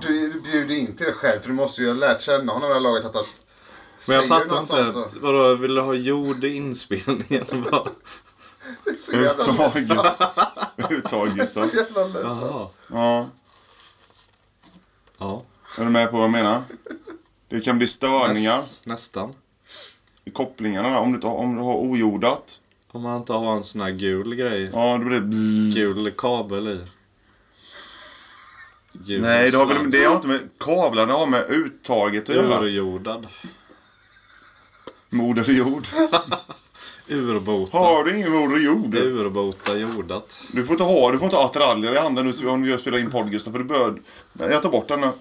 Speaker 1: Du, du bjuder in till det själv för du måste ju ha lärt känna honom i det här laget. Att, att
Speaker 3: Men jag
Speaker 1: säger
Speaker 3: fattar
Speaker 1: något sånt
Speaker 3: inte. Vadå, vill du ha jord i inspelningen? Vad-
Speaker 1: så jävla ledsamt. Så
Speaker 2: Uttag Gustav.
Speaker 1: jävla ledsamt.
Speaker 3: Jaha.
Speaker 2: Ja.
Speaker 3: Ja.
Speaker 2: Är du med på vad jag menar? Det kan bli störningar
Speaker 3: Näs, nästan.
Speaker 2: i kopplingarna där, om du, inte har- om du har ojordat.
Speaker 3: Om man inte har en sån här gul grej.
Speaker 2: Ja, då blir det bzzz.
Speaker 3: Gul kabel i. Gul
Speaker 2: Nej, det har, väl,
Speaker 3: sladd.
Speaker 2: det har inte med kablar, det har med uttaget att göra.
Speaker 3: Urjordad.
Speaker 2: Moder jord.
Speaker 3: Urbota.
Speaker 2: Har du ingen moder jord?
Speaker 3: Urbota jordat.
Speaker 2: Du får inte ha, du får inte ha attiraljer i handen nu så- om vi spelar in podd Gustav, för du bör... Nej, jag tar bort den nu.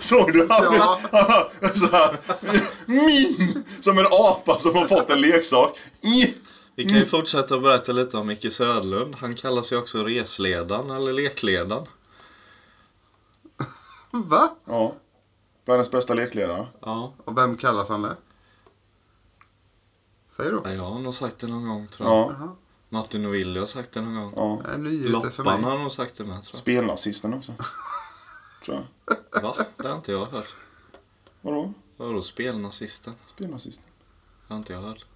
Speaker 2: Såg du? Han
Speaker 1: Ja.
Speaker 2: så här, min! Som en apa som har fått en leksak. Nj!
Speaker 3: Vi
Speaker 2: Mm.
Speaker 3: kan ju fortsätta att berätta lite om Micke Södlund. Han kallas ju också resledaren eller lekledaren.
Speaker 1: Va?
Speaker 2: Ja. Världens bästa lekledare.
Speaker 3: Ja.
Speaker 1: Och vem kallas han det? Säg då.
Speaker 3: Nej, Jag har nog sagt det någon gång tror jag.
Speaker 2: Ja.
Speaker 3: Martin och Willy har sagt det någon gång.
Speaker 2: ja.
Speaker 1: En nyhet för
Speaker 3: Loppan
Speaker 1: mig.
Speaker 3: har nog sagt det med tror
Speaker 2: Spelnazisten också. Tror jag.
Speaker 3: jag. Va? Det har inte jag hört.
Speaker 2: Vadå?
Speaker 3: Vadå spelnazisten?
Speaker 2: Spelnazisten?
Speaker 3: Det har inte jag hört.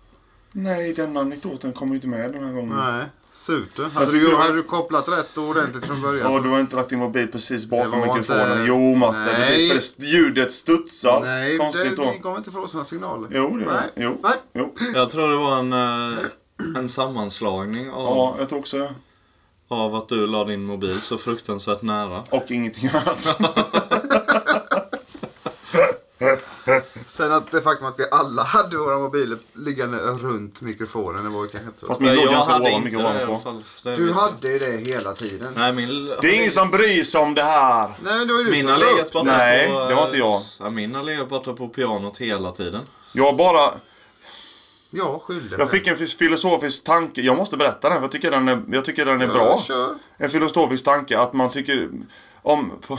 Speaker 2: Nej, den anekdoten kommer inte med den här gången.
Speaker 1: Nej, surt du. Hade
Speaker 2: tycker
Speaker 1: du,
Speaker 2: det var-
Speaker 1: hade du kopplat rätt och ordentligt från början?
Speaker 2: Ja, du har inte lagt in vår bil precis bakom
Speaker 1: Det var
Speaker 2: mikrofonen.
Speaker 1: inte-
Speaker 2: Jo, Matte. Det
Speaker 1: Nej.
Speaker 2: blir för det ljudet studsar.
Speaker 1: Nej, det,
Speaker 2: Konstigt då.
Speaker 1: vi gav inte ifrån oss några signaler.
Speaker 2: Jo, det gör det.
Speaker 1: Nej.
Speaker 2: Jo.
Speaker 1: Nej.
Speaker 2: jo.
Speaker 3: Jag tror det var en, eh, en sammanslagning av,
Speaker 2: Ja, jag tror också det.
Speaker 3: av att du la din mobil så fruktansvärt nära.
Speaker 2: Och ingenting annat.
Speaker 1: Sen att det faktum att vi alla hade våra mobiler liggande runt mikrofonen, det var ju kanske inte så.
Speaker 2: Fast min låg
Speaker 3: jag
Speaker 2: ganska
Speaker 3: hade
Speaker 2: ovan,
Speaker 3: inte
Speaker 2: mycket
Speaker 3: det i alla
Speaker 2: ovanpå.
Speaker 3: fall. Det
Speaker 1: Du
Speaker 3: vet jag.
Speaker 1: hade ju det hela tiden.
Speaker 3: Nej, min...
Speaker 2: Det är ingen som bryr sig om det här.
Speaker 1: Nej, men det var ju du
Speaker 3: Min
Speaker 1: som
Speaker 3: har
Speaker 1: tog
Speaker 3: legat
Speaker 1: upp.
Speaker 3: borta
Speaker 2: Nej,
Speaker 3: på... eh,
Speaker 2: det har inte jag.
Speaker 3: Ja, min har legat borta på pianot hela tiden.
Speaker 2: Jag bara...
Speaker 1: Ja, skyllde
Speaker 2: Jag fick en filosofisk tanke. Jag måste berätta den, för jag tycker den är, jag tycker den är bra.
Speaker 1: Kör.
Speaker 2: En filosofisk tanke att man tycker om... På,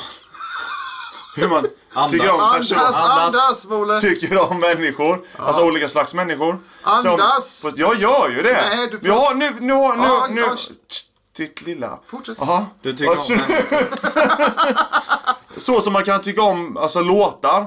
Speaker 2: hur man
Speaker 3: Andas.
Speaker 2: tycker om
Speaker 1: Andas,
Speaker 2: personer.
Speaker 1: andas,
Speaker 3: Andas.
Speaker 1: Bolle!
Speaker 2: Tycker om människor. Alltså olika slags människor.
Speaker 1: Andas.
Speaker 2: Som, fast jag gör ju det!
Speaker 1: Nej, du-
Speaker 2: Ja, nu, nu,
Speaker 1: Ja,
Speaker 2: nu, nu.
Speaker 1: ja.
Speaker 2: Ditt lilla.
Speaker 1: Fortsätt.
Speaker 2: Jaha.
Speaker 3: Du tycker
Speaker 2: Alltså,
Speaker 3: om den.
Speaker 2: Så som man kan tycka om alltså, låtar.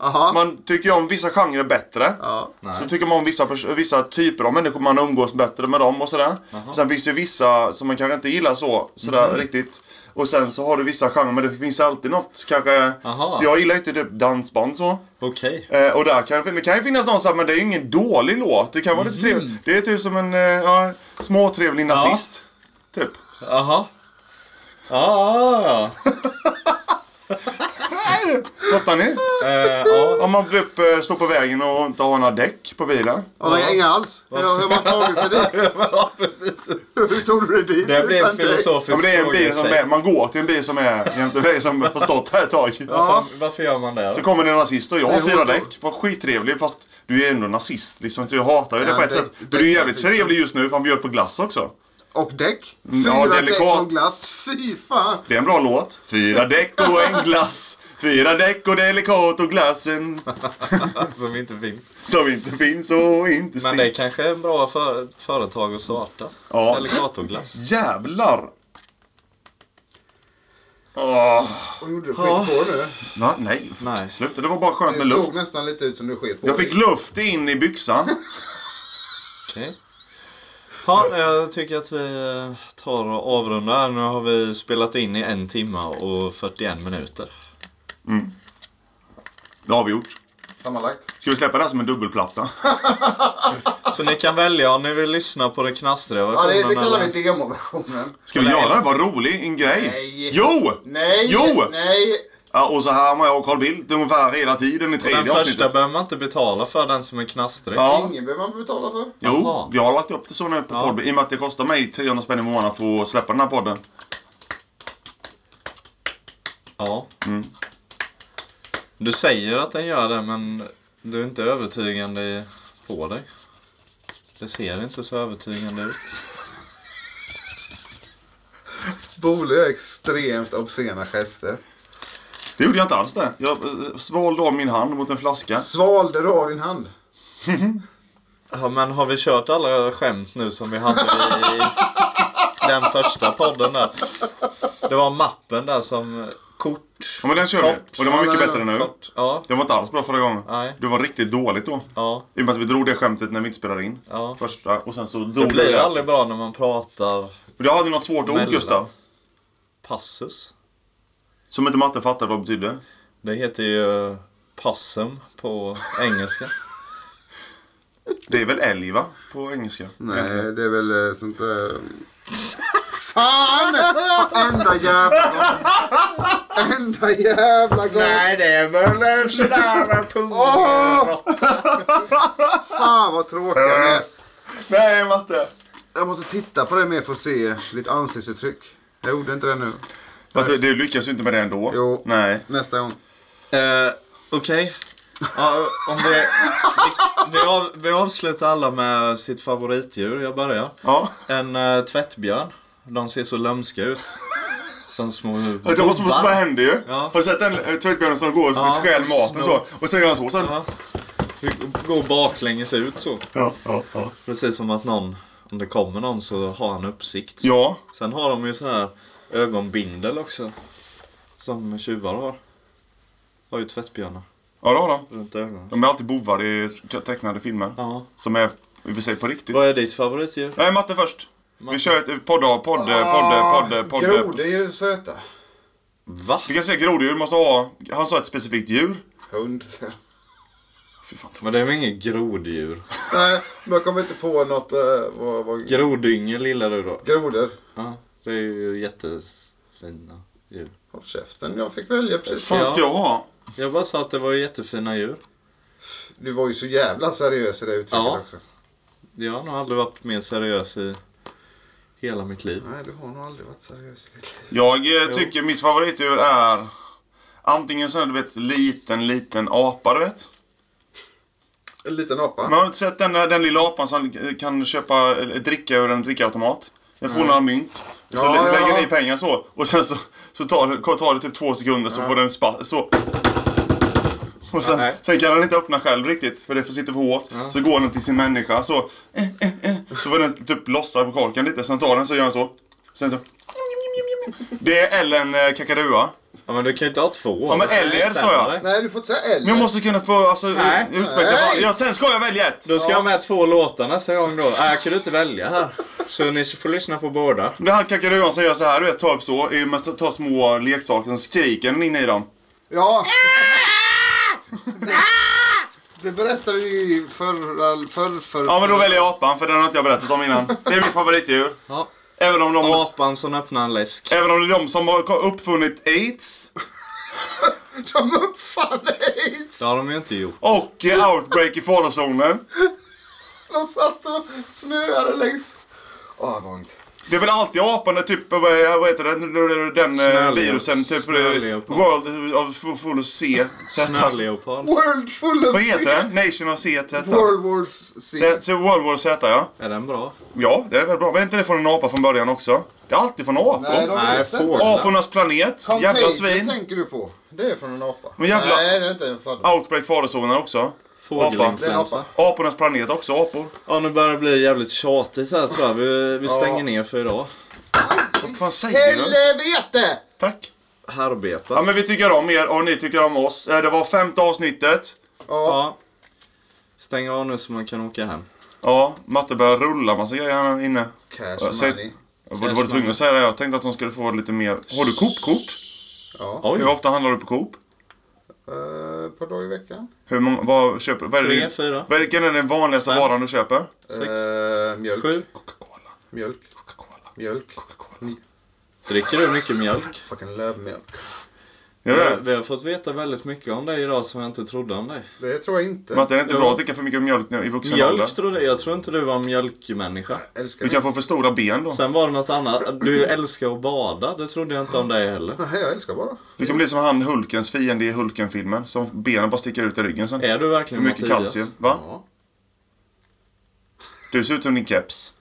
Speaker 1: Jaha.
Speaker 2: Man tycker om vissa genrer bättre.
Speaker 1: Ja.
Speaker 2: Så tycker man om vissa, pers- vissa typer av människor, man umgås bättre med dem och sådär. Sen finns det ju vissa som man kanske inte gillar så, sådär
Speaker 3: Mm.
Speaker 2: riktigt. Och sen så har du vissa genrer, men det finns alltid något kanske.
Speaker 3: Aha.
Speaker 2: Jag gillar inte typ dansband så.
Speaker 3: Okej.
Speaker 2: Eh, och där kan, det kan ju finnas någon som men det är ju ingen dålig låt. Det kan vara
Speaker 3: Mhm.
Speaker 2: lite trevligt. Det är typ som en eh, ja, småtrevlig nazist. Typ.
Speaker 3: Jaha. Ah, Ja, ja, ja.
Speaker 2: Fattar ni?
Speaker 3: Eh, ja.
Speaker 2: Om man typ eh, står på vägen och inte har några däck på bilen.
Speaker 1: Har du inga alls? Hur hur har man tagit sig dit?
Speaker 3: ja, precis.
Speaker 1: Hur tog du dig dit? utan
Speaker 3: Det blev en
Speaker 1: dig?
Speaker 2: Ja, men
Speaker 3: filosofisk
Speaker 2: det är en
Speaker 3: fråga i
Speaker 2: bil som
Speaker 3: sig.
Speaker 2: är, man går till en bil som är jämte väg som har stått här ett tag.
Speaker 3: Varför, varför gör man det?
Speaker 2: Så kommer det en nazist och jag har
Speaker 1: Det är
Speaker 2: fyra
Speaker 1: hårt då.
Speaker 2: däck. Vad skittrevlig fast du är ändå nazist liksom. Så jag hatar ju det
Speaker 1: Ja,
Speaker 2: på ett
Speaker 1: det-
Speaker 2: sätt. Men
Speaker 1: det-
Speaker 2: du är jävligt
Speaker 1: nazisten.
Speaker 2: trevlig just nu för han bjöd på glass också.
Speaker 1: Och däck.
Speaker 2: Mm,
Speaker 1: Fyra
Speaker 2: ja,
Speaker 1: däck
Speaker 2: delikat.
Speaker 1: och glass. Fy fan.
Speaker 2: Det är en bra låt. Fyra däck och en glass. Fyra däck och delikat och glassen.
Speaker 3: Som inte finns.
Speaker 2: Som inte finns och inte
Speaker 3: Men det
Speaker 2: stinker.
Speaker 3: är kanske är en bra för, företag att starta.
Speaker 2: Ja.
Speaker 3: Delicato-glass.
Speaker 2: Jävlar! Åh,
Speaker 1: Vad gjorde du? Skit på nu.
Speaker 2: va? Nej,
Speaker 3: Nej.
Speaker 2: sluta. Det var bara skönt med
Speaker 1: Det såg
Speaker 2: luft.
Speaker 1: nästan lite ut som du sket på
Speaker 2: Jag
Speaker 1: dig.
Speaker 2: fick luft in i byxan.
Speaker 3: Okej. Ja, jag tycker att vi eh, tar och avrundar. här. Nu har vi spelat in i en timme och 41 minuter.
Speaker 2: Det har vi gjort.
Speaker 1: Sammanlagt.
Speaker 2: Ska vi släppa det här som en dubbelplatta?
Speaker 3: Så ni kan välja om ni vill lyssna på den knastriga
Speaker 1: Ja, det, det
Speaker 3: versionen.
Speaker 1: kallar
Speaker 3: eller-
Speaker 1: vi demoversionen.
Speaker 2: Ska vi göra det? Vad rolig, en grej.
Speaker 1: Nej.
Speaker 2: Jo!
Speaker 1: Nej,
Speaker 2: Jo!
Speaker 1: nej.
Speaker 2: Ja, och så här har jag och Carl Bildt ungefär hela tiden i
Speaker 3: Den
Speaker 2: tredje
Speaker 3: första
Speaker 2: avsnittet.
Speaker 3: behöver man inte betala för, den som är knastrig.
Speaker 2: Ja.
Speaker 1: Ingen behöver man betala för.
Speaker 2: Jo,
Speaker 3: Jaha.
Speaker 2: jag har lagt upp det så nu på
Speaker 3: Ja.
Speaker 2: podden. I och med att det kostar mig 300 spänn i månaden för att släppa den här podden.
Speaker 3: Ja. Du säger att den gör det, men du är inte övertygande i- på dig. Det ser inte så övertygande ut.
Speaker 1: Bole gör extremt obscena gester.
Speaker 2: Det gjorde jag inte alls det. Jag eh, svalde av min hand mot en flaska.
Speaker 1: Svalde du av din hand?
Speaker 3: Ja, men har vi kört alla skämt nu som vi hade i den första podden där? Det var mappen där som... kort.
Speaker 2: Ja, men den kör vi.
Speaker 3: Kort.
Speaker 2: Och den var mycket
Speaker 1: Ja,
Speaker 2: bättre nu.
Speaker 3: Kort. Ja.
Speaker 2: Den var inte alls bra förra gången.
Speaker 3: Nej.
Speaker 2: Det var riktigt dåligt då.
Speaker 3: Ja.
Speaker 2: I och med att vi drog det skämtet när vi inte spelade in.
Speaker 3: Ja.
Speaker 2: Första. Och sen så drog
Speaker 3: Det blir
Speaker 2: vi
Speaker 3: ju aldrig bra när man pratar
Speaker 2: Men Jag hade något svårt ord
Speaker 3: Mellan.
Speaker 2: Gustav.
Speaker 3: passus.
Speaker 2: Som inte matte fattade vad det betydde.
Speaker 3: Det heter ju passum på engelska.
Speaker 2: Det är väl älg va? På engelska.
Speaker 3: Alltså.
Speaker 1: Nej, det är väl eh, sånt där... Fan! Enda jävla... Enda jävla gång.
Speaker 3: det är väl en sån där
Speaker 1: Åh! Fan vad tråkiga ni är.
Speaker 2: Nej matte.
Speaker 1: Jag måste titta på det mer för att se ditt ansiktsuttryck. Jag gjorde inte det nu.
Speaker 2: matte du lyckas ju inte med det ändå.
Speaker 1: Jo.
Speaker 2: Nej.
Speaker 1: Nästa gång.
Speaker 3: Eh, Okej. Ja, om vi, vi, vi, av, vi avslutar alla med sitt favoritdjur. Jag börjar.
Speaker 2: Ja.
Speaker 3: En eh, tvättbjörn. De ser så lömska ut. Som små
Speaker 2: Ja, Det var som vad som hände ju.
Speaker 3: Ja.
Speaker 2: Har du sett den eh, tvättbjörnen som går och
Speaker 3: Ja.
Speaker 2: stjäl maten så? Och sen gör han så sen.
Speaker 3: Ja. Vi går baklänges ut så.
Speaker 2: Ja, ja, ja.
Speaker 3: Precis som att någon, om det kommer någon så har han uppsikt.
Speaker 2: ja.
Speaker 3: Sen har de ju sån här ögonbindel också. Som tjuvar har. Har ju tvättbjörnar
Speaker 2: ja det har de.
Speaker 3: runt ögonen.
Speaker 2: De är alltid bovar i s- tecknade filmer.
Speaker 3: Ja.
Speaker 2: Som är, i och för sig på riktigt.
Speaker 3: Vad är ditt favoritdjur?
Speaker 2: Nej, matte först. Vi kör ett eh, podd, podd, podd, eh, podd, podd.
Speaker 1: Grodor är ju söta.
Speaker 3: Va?
Speaker 2: Vi kan säga groddjur måste ha, han sa ett specifikt djur.
Speaker 1: Hund.
Speaker 2: Fy fan.
Speaker 3: Men det är väl inget groddjur?
Speaker 1: Nej, men jag kommer inte på något... eh, vad, vad...
Speaker 3: Grodyngel gillar du då?
Speaker 1: Grodor.
Speaker 3: Ja. Det är ju jättefina djur.
Speaker 1: Håll käften, jag fick välja precis.
Speaker 2: fan ska
Speaker 3: Ja.
Speaker 2: jag ha?
Speaker 3: Jag bara sa att det var jättefina djur.
Speaker 1: Du var ju så jävla seriös i det uttrycket
Speaker 3: Ja.
Speaker 1: också.
Speaker 3: Jag har nog aldrig varit mer seriös i hela mitt liv.
Speaker 1: Nej, du har nog aldrig varit seriös i ditt liv.
Speaker 2: Jag eh, tycker mitt favoritdjur är antingen sån här, du vet, liten, liten apa, du vet.
Speaker 1: En liten apa.
Speaker 2: Men har du inte sett den, där- den lilla apan som kan köpa, eller dricka ur en drickautomat? Den får några mynt. Så
Speaker 1: Mm. Ja,
Speaker 2: lä-
Speaker 1: ja,
Speaker 2: lägger
Speaker 1: ja.
Speaker 2: ni pengar så. Och sen så, så tar, det- tar det typ två sekunder så får den spa, så. Och sen,
Speaker 3: Nej.
Speaker 2: sen kan den inte öppna själv riktigt för det får- sitter för hårt. Så går den till sin människa så. Eh, eh, eh. Så får den typ lossa på korken lite. Sen tar den så gör den så. Sen så. Det är Ellen eh, Kakadua.
Speaker 3: Ja men du kan ju inte ha två.
Speaker 2: men
Speaker 3: Det
Speaker 2: älgar,
Speaker 3: stämmer.
Speaker 2: sa jag.
Speaker 1: Nej, du får inte säga älg.
Speaker 2: Men jag måste kunna få alltså,
Speaker 3: Nej.
Speaker 2: ut- utveckla.
Speaker 1: Nej.
Speaker 2: Ja, sen ska jag välja ett.
Speaker 3: Då ska jag ha med två låtar nästa gång då. Äh, jag kunde inte välja här. Så ni får lyssna på båda.
Speaker 2: Det är han kakaduan som gör så här, du vet, tar upp så, i- man tar små leksaker, sen skriker den in i dem.
Speaker 1: Ja.
Speaker 2: Ah!
Speaker 1: Det berättade du ju förr, förr, förr.
Speaker 2: Ja men då väljer jag apan, för den har inte jag berättat om innan. Det är mitt favoritdjur.
Speaker 3: Ja.
Speaker 2: Även om de,
Speaker 3: Apan som öppnar en läsk.
Speaker 2: även om det är de som har uppfunnit aids
Speaker 1: De uppfann aids.
Speaker 3: Det har de ju inte gjort.
Speaker 2: och eh, outbreak i farozonen.
Speaker 1: De satt och snöade längs... Åh, vad ont.
Speaker 2: Det är väl alltid apan, är typ, vad är- vad heter den, den eh,
Speaker 3: Snöleop-
Speaker 2: virusen, typ eh,
Speaker 3: snöleopard.
Speaker 2: World of Full of C. Z.
Speaker 3: Snölleopard.
Speaker 1: World full of...
Speaker 2: Vad heter den? Nation of C. Z.
Speaker 1: World War C.
Speaker 2: Z- Z- World War Z ja.
Speaker 3: Är den bra?
Speaker 2: Ja, det är väl bra. Men är inte det från en apa från början också? Det är alltid från apor.
Speaker 1: Nej, de
Speaker 3: Nej,
Speaker 1: vet
Speaker 3: får.
Speaker 1: inte.
Speaker 2: Apornas planet. Jävla
Speaker 1: Contagion
Speaker 2: svin.
Speaker 1: tänker du på. Det är från en apa.
Speaker 2: Men jävla-
Speaker 1: Nej, det är inte en fladdermus.
Speaker 2: Outbreak farozoner också.
Speaker 1: Det är en apa.
Speaker 3: Fågelinfluensa.
Speaker 2: Apornas planet också, apor.
Speaker 3: Ja nu börjar det bli jävligt tjatigt här tror jag. Vi, vi stänger ner för idag.
Speaker 2: Vad fan säger du?
Speaker 1: Helvete!
Speaker 2: Tack. Ja
Speaker 3: Arbeta.
Speaker 2: men vi tycker om er och ni tycker om oss. Eh, Det var femte avsnittet.
Speaker 1: Ja.
Speaker 3: Ja. Stäng av nu så man kan åka hem.
Speaker 2: Ja, Matte börjar rulla massa grejer här inne.
Speaker 1: Cash
Speaker 2: Säg-
Speaker 1: money.
Speaker 2: Jag var, var du tvungen att säga det? Jag tänkte att de skulle få lite mer. Har du Coop-kort?
Speaker 1: Ja.
Speaker 3: Oj.
Speaker 2: Hur ofta handlar du på Coop?
Speaker 1: Eh, Ett par dagar i veckan.
Speaker 2: Hur många, vad köper vad är det-
Speaker 3: Tre, fyra.
Speaker 2: Vilken är den vanligaste
Speaker 3: Fem.
Speaker 2: varan du köper?
Speaker 3: Sex.
Speaker 1: Eh, mjölk.
Speaker 3: Sju.
Speaker 2: Coca-Cola,
Speaker 1: Mjölk.
Speaker 2: Coca-Cola,
Speaker 1: Mjölk.
Speaker 2: Coca-Cola.
Speaker 3: Dricker du mycket mjölk?
Speaker 1: Fucking lövmjölk.
Speaker 2: Gör det?
Speaker 3: Vi har fått veta väldigt mycket om dig idag som jag inte trodde om dig.
Speaker 1: Det tror jag inte.
Speaker 2: Matte, är det inte
Speaker 3: Jo.
Speaker 2: bra att dricka för mycket mjölk nu i vuxen ålder?
Speaker 3: Mjölk trodde jag. Jag tror inte du var en mjölkmänniska.
Speaker 1: Älskar
Speaker 2: Du
Speaker 1: det.
Speaker 2: kan få för stora ben då.
Speaker 3: Sen var det något annat. Du älskar att bada. Det trodde jag inte om dig heller.
Speaker 1: Nej, jag älskar bara.
Speaker 2: Du kan bli som han Hulkens fiende i Hulken-filmen. Som benen bara sticker ut i ryggen sen.
Speaker 3: Är du
Speaker 2: För
Speaker 3: verkligen
Speaker 2: mycket
Speaker 3: Mattias?
Speaker 2: kalcium. Va?
Speaker 1: Ja.
Speaker 2: Du ser ut som din keps.